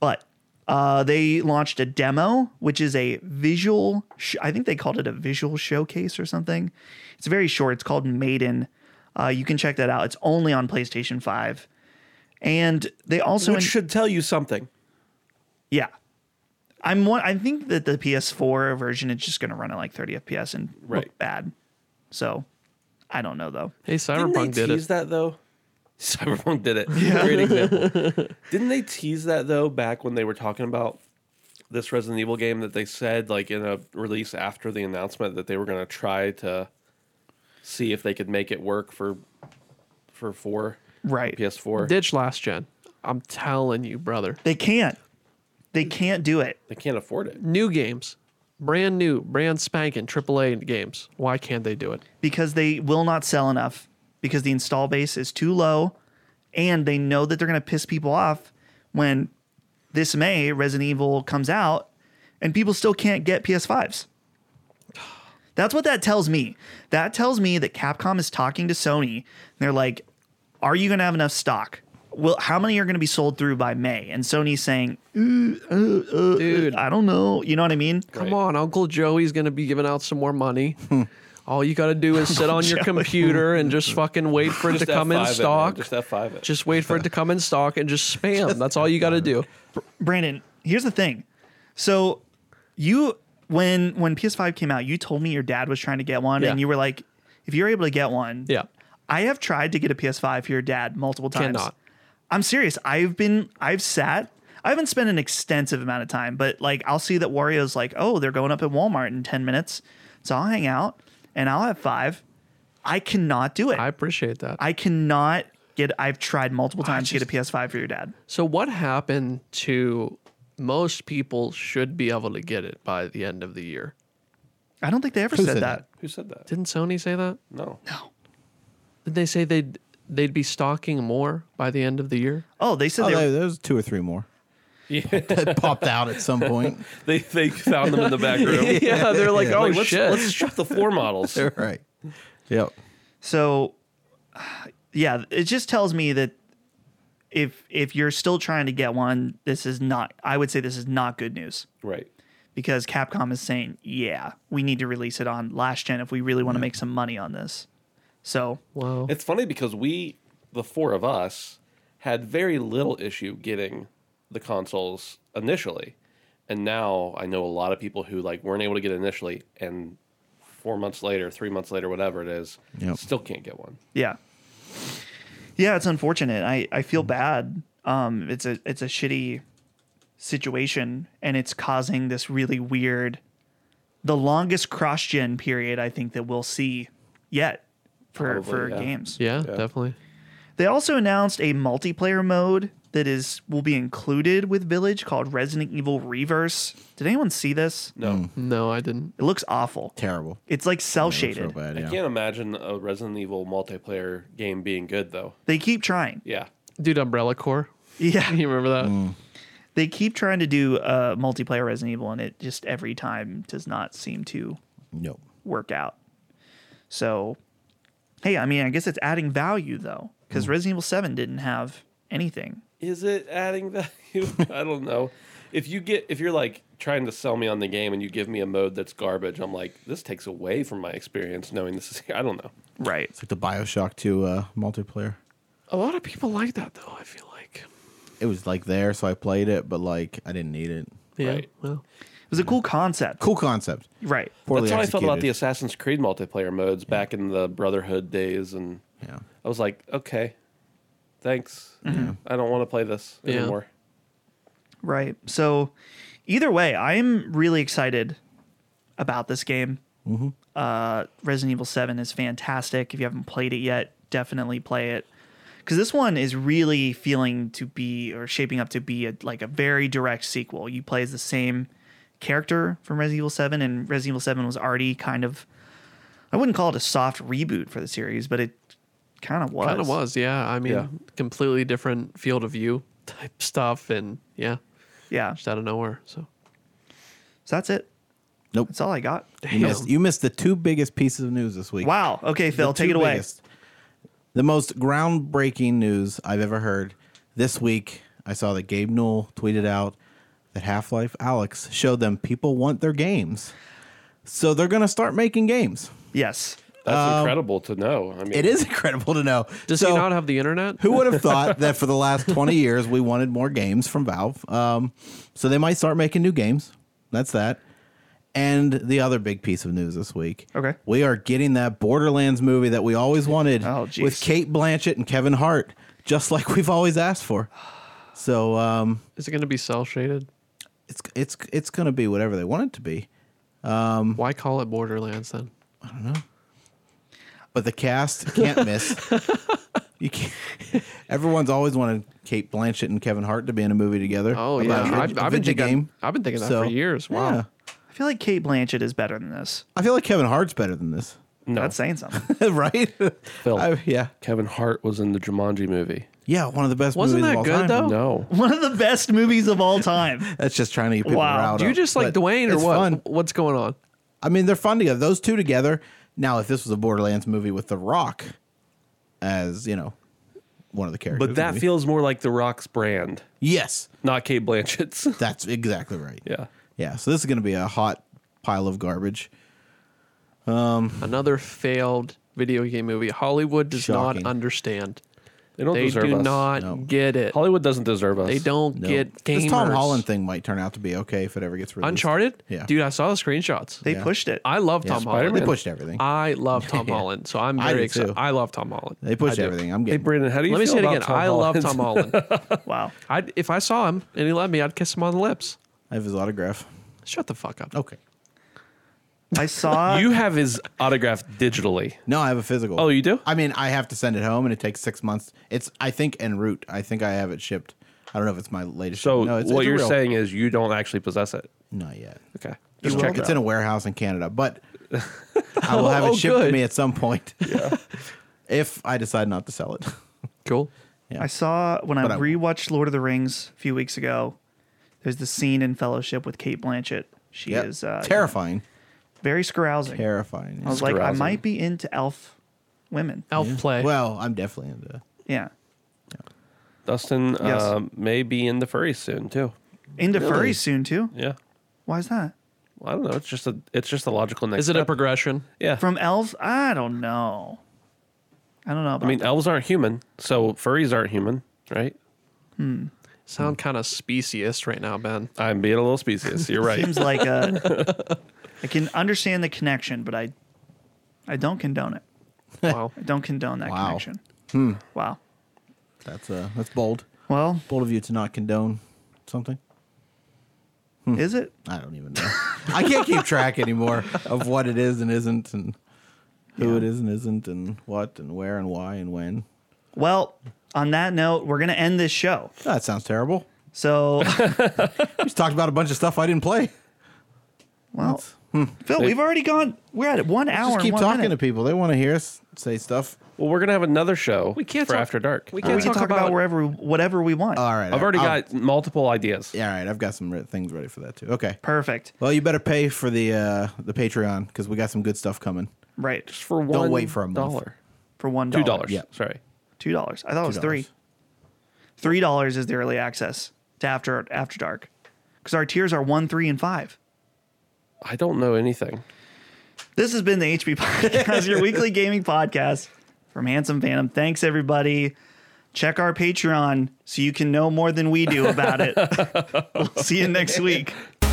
[SPEAKER 1] But uh, they launched a demo, which is a visual, sh- I think they called it a visual showcase or something. It's very short. It's called Maiden. Uh, you can check that out. It's only on PlayStation 5. And they also.
[SPEAKER 2] Which should tell you something.
[SPEAKER 1] yeah. I'm one. I think that the PS4 version is just going to run at like 30 FPS and
[SPEAKER 2] Right.
[SPEAKER 1] look bad. So I don't know though.
[SPEAKER 4] Hey, Cyberpunk did it.
[SPEAKER 2] that though? Cyberpunk did it. Great example. Didn't they tease that though back when they were talking about this Resident Evil game that they said like in a release after the announcement that they were going to try to see if they could make it work for for four
[SPEAKER 1] Right.
[SPEAKER 2] PS4.
[SPEAKER 4] Ditch last gen. I'm telling you, brother.
[SPEAKER 1] They can't. They can't do it.
[SPEAKER 2] They can't afford it.
[SPEAKER 4] New games, brand new, brand spanking AAA games. Why can't they do it?
[SPEAKER 1] because they will not sell enough because the install base is too low and they know that they're going to piss people off when this May Resident Evil comes out and people still can't get PS5s. That's what that tells me. That tells me that Capcom is talking to Sony. And they're like, "Are you going to have enough stock? Well, how many are going to be sold through by May?" And Sony's saying, "Ooh, uh, uh,
[SPEAKER 4] Dude.
[SPEAKER 1] I don't know." You know what I mean?
[SPEAKER 4] Come on, Uncle Joey's gonna be giving out some more money. All you gotta do is sit on your computer and just fucking wait for it to
[SPEAKER 2] Just
[SPEAKER 4] come
[SPEAKER 2] F5
[SPEAKER 4] in
[SPEAKER 2] it, man.
[SPEAKER 4] stock.
[SPEAKER 2] Just F5 it.
[SPEAKER 4] Just wait for it to come in stock and just spam. That's all you gotta do.
[SPEAKER 1] Brandon, here's the thing. So you when when PS5 came out, you told me your dad was trying to get one
[SPEAKER 4] Yeah.
[SPEAKER 1] and you were like, if you're able to get one,
[SPEAKER 4] Yeah.
[SPEAKER 1] I have tried to get a PS5 for your dad multiple times.
[SPEAKER 4] Cannot.
[SPEAKER 1] I'm serious. I've been I've sat I haven't spent an extensive amount of time, but like I'll see that Wario's like, oh, they're going up at Walmart in 10 minutes. So I'll hang out and I'll have five. I cannot do it.
[SPEAKER 4] I
[SPEAKER 1] I,
[SPEAKER 4] appreciate that.
[SPEAKER 1] cannot get I've tried multiple times to get a PS5 for your dad.
[SPEAKER 4] So what happened to most people should be able to get it by the end of the year?
[SPEAKER 1] I don't think they ever
[SPEAKER 3] Who
[SPEAKER 1] said,
[SPEAKER 3] said
[SPEAKER 1] that.
[SPEAKER 2] Who said that?
[SPEAKER 4] Didn't Sony say that?
[SPEAKER 2] No.
[SPEAKER 4] Did they say they'd they'd be stocking more by the end of the year?
[SPEAKER 1] Oh, they said
[SPEAKER 3] Oh,
[SPEAKER 1] they were
[SPEAKER 3] there- there's two or three more. Yeah. that popped out at some point.
[SPEAKER 2] They they found them in the back room.
[SPEAKER 4] yeah, they're like, oh
[SPEAKER 2] Like, let's,
[SPEAKER 4] shit.
[SPEAKER 2] let's shop the floor models.
[SPEAKER 3] right. Yep.
[SPEAKER 1] So, yeah, it just tells me that if if you're still trying to get one, this is not. I would say this is not good news
[SPEAKER 2] right.
[SPEAKER 1] because Capcom is saying, yeah, we need to release it on last gen if we really want to make some money on this. So
[SPEAKER 4] wow.
[SPEAKER 2] It's funny because we, the four of us, had very little issue getting the consoles initially, and now I know a lot of people who like weren't able to get it initially, and four months later, three months later, whatever it is,
[SPEAKER 3] Yep.
[SPEAKER 2] still can't get one.
[SPEAKER 1] yeah, yeah, it's unfortunate. I I feel bad. Um, it's a it's a shitty situation, and it's causing this really weird, the longest cross gen period I think that we'll see yet for
[SPEAKER 2] Probably,
[SPEAKER 1] for
[SPEAKER 2] yeah.
[SPEAKER 1] games.
[SPEAKER 4] yeah, definitely.
[SPEAKER 1] They also announced a multiplayer mode that is will be included with Village called Resident Evil Reverse. Did anyone see this?
[SPEAKER 2] No,
[SPEAKER 4] No, I didn't.
[SPEAKER 1] It looks awful.
[SPEAKER 3] Terrible.
[SPEAKER 1] It's like cell
[SPEAKER 3] It's real
[SPEAKER 1] shaded.
[SPEAKER 3] bad.
[SPEAKER 2] I
[SPEAKER 3] Yeah.
[SPEAKER 2] can't imagine a Resident Evil multiplayer game being good though.
[SPEAKER 1] They keep trying.
[SPEAKER 2] Yeah,
[SPEAKER 4] Dude, Umbrella Corps.
[SPEAKER 1] Yeah.
[SPEAKER 4] You remember that?
[SPEAKER 1] They keep trying to do uh, multiplayer Resident Evil and it just every time does not seem to
[SPEAKER 3] Nope.
[SPEAKER 1] work out. So hey, I mean, I guess it's adding value though cuz Resident Evil 7 didn't have anything.
[SPEAKER 2] is it adding value? I don't know. If you get if you're like trying to sell me on the game and you give me a mode that's garbage, I'm like this takes away from my experience knowing this is. I don't know.
[SPEAKER 1] Right.
[SPEAKER 3] It's like the Bioshock 2 uh, multiplayer.
[SPEAKER 4] A lot of people like that though, I feel like.
[SPEAKER 3] It was like there, so I played it, but like I didn't need it.
[SPEAKER 4] Yeah.
[SPEAKER 2] Right.
[SPEAKER 4] Well,
[SPEAKER 1] It was a cool concept.
[SPEAKER 3] Cool concept.
[SPEAKER 1] Right.
[SPEAKER 3] Poorly
[SPEAKER 2] That's how I felt about the
[SPEAKER 3] executed.
[SPEAKER 2] Assassin's Creed multiplayer modes back in the Brotherhood days, and
[SPEAKER 3] Yeah.
[SPEAKER 2] I was like, okay, thanks. I don't want to play this
[SPEAKER 4] Yeah.
[SPEAKER 2] anymore.
[SPEAKER 1] Right. So, either way, I'm really excited about this game.
[SPEAKER 3] Mm-hmm.
[SPEAKER 1] Uh, Resident Evil 7 is fantastic. If you haven't played it yet, definitely play it. Because this one is really feeling to be or shaping up to be a, like a very direct sequel. You play as the same character from Resident Evil 7, and Resident Evil 7 was already kind of, I wouldn't call it a soft reboot for the series, but it kind of was.
[SPEAKER 4] kind of was. Yeah. I mean,
[SPEAKER 2] Yeah.
[SPEAKER 4] completely different field of view type stuff and yeah,
[SPEAKER 1] Yeah.
[SPEAKER 4] just out of nowhere. So,
[SPEAKER 1] So, that's it.
[SPEAKER 3] Nope.
[SPEAKER 1] That's all I got.
[SPEAKER 3] You missed, you missed the two biggest pieces of news this week.
[SPEAKER 1] Wow. Okay, Phil,
[SPEAKER 3] The
[SPEAKER 1] take
[SPEAKER 3] two
[SPEAKER 1] it away.
[SPEAKER 3] biggest. The most groundbreaking news I've ever heard this week. I saw that Gabe Newell tweeted out that Half Life Alex showed them people want their games, so they're going to start making games.
[SPEAKER 1] Yes.
[SPEAKER 2] That's incredible to know. I mean,
[SPEAKER 3] It is incredible to know.
[SPEAKER 4] does
[SPEAKER 3] So-
[SPEAKER 4] he not have the internet?
[SPEAKER 3] Who would have thought that for the last 20 years we wanted more games from Valve? Um, so they might start making new games. That's that. And the other big piece of news this week.
[SPEAKER 1] Okay.
[SPEAKER 3] We are getting that Borderlands movie that we always wanted
[SPEAKER 1] Oh, jeez.
[SPEAKER 3] with Kate Blanchett and Kevin Hart, just like we've always asked for. So um,
[SPEAKER 4] Is it going to be cell shaded?
[SPEAKER 3] it's it's it's going to be whatever they want it to be.
[SPEAKER 4] Why call it Borderlands then?
[SPEAKER 3] but the cast can't miss. you can't. Everyone's always wanted Kate Blanchett and Kevin Hart to be in a movie together.
[SPEAKER 4] Oh yeah,
[SPEAKER 3] about a
[SPEAKER 4] I've,
[SPEAKER 3] vid-
[SPEAKER 4] I've been
[SPEAKER 3] video
[SPEAKER 4] thinking.
[SPEAKER 3] game.
[SPEAKER 4] I've been thinking that
[SPEAKER 3] So,
[SPEAKER 4] for years. Wow.
[SPEAKER 3] yeah.
[SPEAKER 1] I feel like Kate Blanchett is better than this.
[SPEAKER 3] I feel like Kevin Hart's better than this,
[SPEAKER 2] No,
[SPEAKER 1] That's saying something.
[SPEAKER 3] right?
[SPEAKER 2] Phil.
[SPEAKER 3] I- yeah,
[SPEAKER 2] Kevin Hart was in the Jumanji movie.
[SPEAKER 3] yeah. One of the best.
[SPEAKER 4] Wasn't
[SPEAKER 3] movies of
[SPEAKER 4] that
[SPEAKER 3] all
[SPEAKER 4] good,
[SPEAKER 3] time.
[SPEAKER 4] though? Oh.
[SPEAKER 2] No,
[SPEAKER 1] One of the best movies of all time.
[SPEAKER 3] That's just trying to get people
[SPEAKER 1] Wow.
[SPEAKER 3] riled
[SPEAKER 4] Do you
[SPEAKER 3] up,
[SPEAKER 4] just like
[SPEAKER 3] but
[SPEAKER 4] Dwayne or
[SPEAKER 3] it's
[SPEAKER 4] what?
[SPEAKER 3] fun.
[SPEAKER 4] What's going on?
[SPEAKER 3] I mean, they're fun together. Those two together. Now, if this was a Borderlands movie with The Rock as you know one of the characters,
[SPEAKER 2] but that
[SPEAKER 3] maybe.
[SPEAKER 2] feels more like The Rock's brand,
[SPEAKER 3] yes,
[SPEAKER 2] not Kate Blanchett's.
[SPEAKER 3] that's exactly right.
[SPEAKER 2] yeah,
[SPEAKER 3] yeah. So this is going to be a hot pile of garbage.
[SPEAKER 4] Another failed video game movie. Hollywood does
[SPEAKER 3] Shocking.
[SPEAKER 4] not understand.
[SPEAKER 2] they don't
[SPEAKER 4] They
[SPEAKER 2] deserve
[SPEAKER 4] do
[SPEAKER 2] us.
[SPEAKER 4] not
[SPEAKER 3] No.
[SPEAKER 4] get it.
[SPEAKER 2] Hollywood doesn't deserve us.
[SPEAKER 4] They don't
[SPEAKER 3] No.
[SPEAKER 4] get gamers.
[SPEAKER 3] This Tom Holland thing might turn out to be okay if it ever gets released.
[SPEAKER 4] Uncharted.
[SPEAKER 3] Yeah.
[SPEAKER 4] Dude, I saw the screenshots.
[SPEAKER 1] They
[SPEAKER 3] Yeah.
[SPEAKER 1] pushed it.
[SPEAKER 4] I love
[SPEAKER 3] Yeah,
[SPEAKER 4] Tom
[SPEAKER 3] They
[SPEAKER 2] Spider-Man.
[SPEAKER 4] Holland.
[SPEAKER 3] pushed everything.
[SPEAKER 4] I love Tom Holland, so I'm
[SPEAKER 3] I
[SPEAKER 4] very
[SPEAKER 3] do,
[SPEAKER 4] excited.
[SPEAKER 3] too.
[SPEAKER 4] I love Tom Holland.
[SPEAKER 3] They
[SPEAKER 4] I
[SPEAKER 3] pushed
[SPEAKER 4] do.
[SPEAKER 3] everything. I'm
[SPEAKER 2] Hey
[SPEAKER 3] getting.
[SPEAKER 2] Brandon, how do you
[SPEAKER 4] Let me
[SPEAKER 2] feel
[SPEAKER 4] say it
[SPEAKER 2] about
[SPEAKER 4] again.
[SPEAKER 2] Tom
[SPEAKER 4] I love
[SPEAKER 2] Holland?
[SPEAKER 4] Tom Holland.
[SPEAKER 1] wow.
[SPEAKER 4] I'd, if I saw him and he let me, I'd kiss him on the lips.
[SPEAKER 3] I have his autograph.
[SPEAKER 4] Shut the fuck up.
[SPEAKER 3] Okay.
[SPEAKER 1] I saw
[SPEAKER 2] you have his autograph digitally.
[SPEAKER 3] No, I have a physical.
[SPEAKER 2] Oh, you do?
[SPEAKER 3] I mean, I have to send it home, and it takes six months. It's, I think, en route. I think I have it shipped. I don't know if it's my latest.
[SPEAKER 2] So
[SPEAKER 3] shipment. no, it's,
[SPEAKER 2] what
[SPEAKER 3] it's a
[SPEAKER 2] you're
[SPEAKER 3] real-
[SPEAKER 2] saying is you don't actually possess it.
[SPEAKER 3] Not yet.
[SPEAKER 2] Okay,
[SPEAKER 3] Just
[SPEAKER 2] just
[SPEAKER 3] check.
[SPEAKER 2] check
[SPEAKER 3] It's
[SPEAKER 2] it
[SPEAKER 3] in
[SPEAKER 2] out.
[SPEAKER 3] a warehouse in Canada, but I will have
[SPEAKER 4] Oh,
[SPEAKER 3] it shipped to
[SPEAKER 4] good.
[SPEAKER 3] me at some point. Yeah. if I decide not to sell it.
[SPEAKER 4] Cool.
[SPEAKER 3] Yeah.
[SPEAKER 1] I saw when I
[SPEAKER 3] But I-
[SPEAKER 1] rewatched Lord of the Rings a few weeks ago. There's the scene in Fellowship with Kate Blanchett. She
[SPEAKER 3] Yep.
[SPEAKER 1] is uh, Oh,
[SPEAKER 3] terrifying.
[SPEAKER 1] very scrousing.
[SPEAKER 3] Terrifying.
[SPEAKER 1] I was like, I
[SPEAKER 2] Scrousing.
[SPEAKER 1] might be into elf women.
[SPEAKER 2] Oh.
[SPEAKER 4] Elf play.
[SPEAKER 3] well, I'm definitely into.
[SPEAKER 1] Yeah,
[SPEAKER 2] Dustin
[SPEAKER 1] Yes.
[SPEAKER 2] um, may be in the furry soon too.
[SPEAKER 1] into
[SPEAKER 3] Really?
[SPEAKER 1] furries soon too.
[SPEAKER 2] Yeah,
[SPEAKER 1] Why is that?
[SPEAKER 2] well, I don't know. It's just a it's just a logical next.
[SPEAKER 4] Is it a
[SPEAKER 2] step.
[SPEAKER 4] progression?
[SPEAKER 2] yeah?
[SPEAKER 1] From elves? I don't know. I don't know. About
[SPEAKER 2] I mean,
[SPEAKER 1] that.
[SPEAKER 2] elves aren't human, so furries aren't human, right?
[SPEAKER 4] Sound
[SPEAKER 3] Hmm.
[SPEAKER 4] kind of speciest right now, Ben.
[SPEAKER 2] I'm being a little specious. You're right.
[SPEAKER 1] seems like a. I can understand the connection, but I, I don't condone it.
[SPEAKER 4] Wow.
[SPEAKER 1] I don't condone that
[SPEAKER 3] Wow. Hmm.
[SPEAKER 1] connection. Wow.
[SPEAKER 3] That's uh, that's bold.
[SPEAKER 1] Well,
[SPEAKER 3] Bold of you to not condone something. Hmm.
[SPEAKER 1] is it?
[SPEAKER 3] I don't even know. I can't keep track anymore of what it is and isn't, and who it is and isn't, and what and where and why and when.
[SPEAKER 1] Well, on that note, we're gonna end this show.
[SPEAKER 3] That sounds terrible.
[SPEAKER 1] So,
[SPEAKER 3] We just talked about a bunch of stuff I didn't play.
[SPEAKER 1] well, Phil, we've already gone. We're at one hour.
[SPEAKER 3] Hmm. just
[SPEAKER 1] and
[SPEAKER 3] keep
[SPEAKER 1] one
[SPEAKER 3] talking to
[SPEAKER 1] minute.
[SPEAKER 3] people. They want to hear us say stuff.
[SPEAKER 2] well, we're gonna have another show.
[SPEAKER 4] We can't
[SPEAKER 2] for
[SPEAKER 4] talk-
[SPEAKER 2] after dark.
[SPEAKER 4] we
[SPEAKER 1] We
[SPEAKER 4] can't
[SPEAKER 1] can
[SPEAKER 4] talk
[SPEAKER 1] talk about
[SPEAKER 4] about-
[SPEAKER 1] wherever, whatever we want.
[SPEAKER 3] All right.
[SPEAKER 2] I've already
[SPEAKER 3] I'll-
[SPEAKER 2] got multiple ideas.
[SPEAKER 3] Yeah, all right. I've got some re- things ready for that too. Okay.
[SPEAKER 1] Perfect.
[SPEAKER 3] Well, you better pay for the uh, the Patreon because we got some good stuff coming.
[SPEAKER 1] Right.
[SPEAKER 2] Just for one.
[SPEAKER 3] Don't wait for a month.
[SPEAKER 2] dollar.
[SPEAKER 1] For one
[SPEAKER 2] Two dollars.
[SPEAKER 3] Yeah.
[SPEAKER 2] Sorry.
[SPEAKER 1] Two dollars. I thought it was
[SPEAKER 3] $2.
[SPEAKER 1] three. Three dollars is the early access to after after dark, because our tiers are one, three, and five.
[SPEAKER 2] I don't know anything.
[SPEAKER 1] This has been the HP Podcast, your weekly gaming podcast from Handsome Phantom. Thanks, everybody. Check our Patreon so you can know more than we do about it. we'll see you next week. The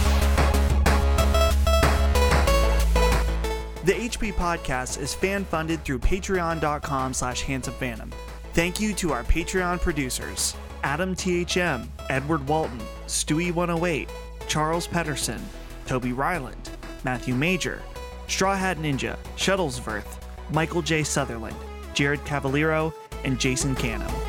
[SPEAKER 1] HP Podcast is fan-funded through patreon.com slash handsome phantom. Thank you to our Patreon producers, Adam THM, Edward Walton, Stewie108, Charles Pedersen, Toby Ryland, Matthew Major, Straw Hat Ninja, Shuttlesworth, Michael J. Sutherland, Jared Cavallero, and Jason Cano.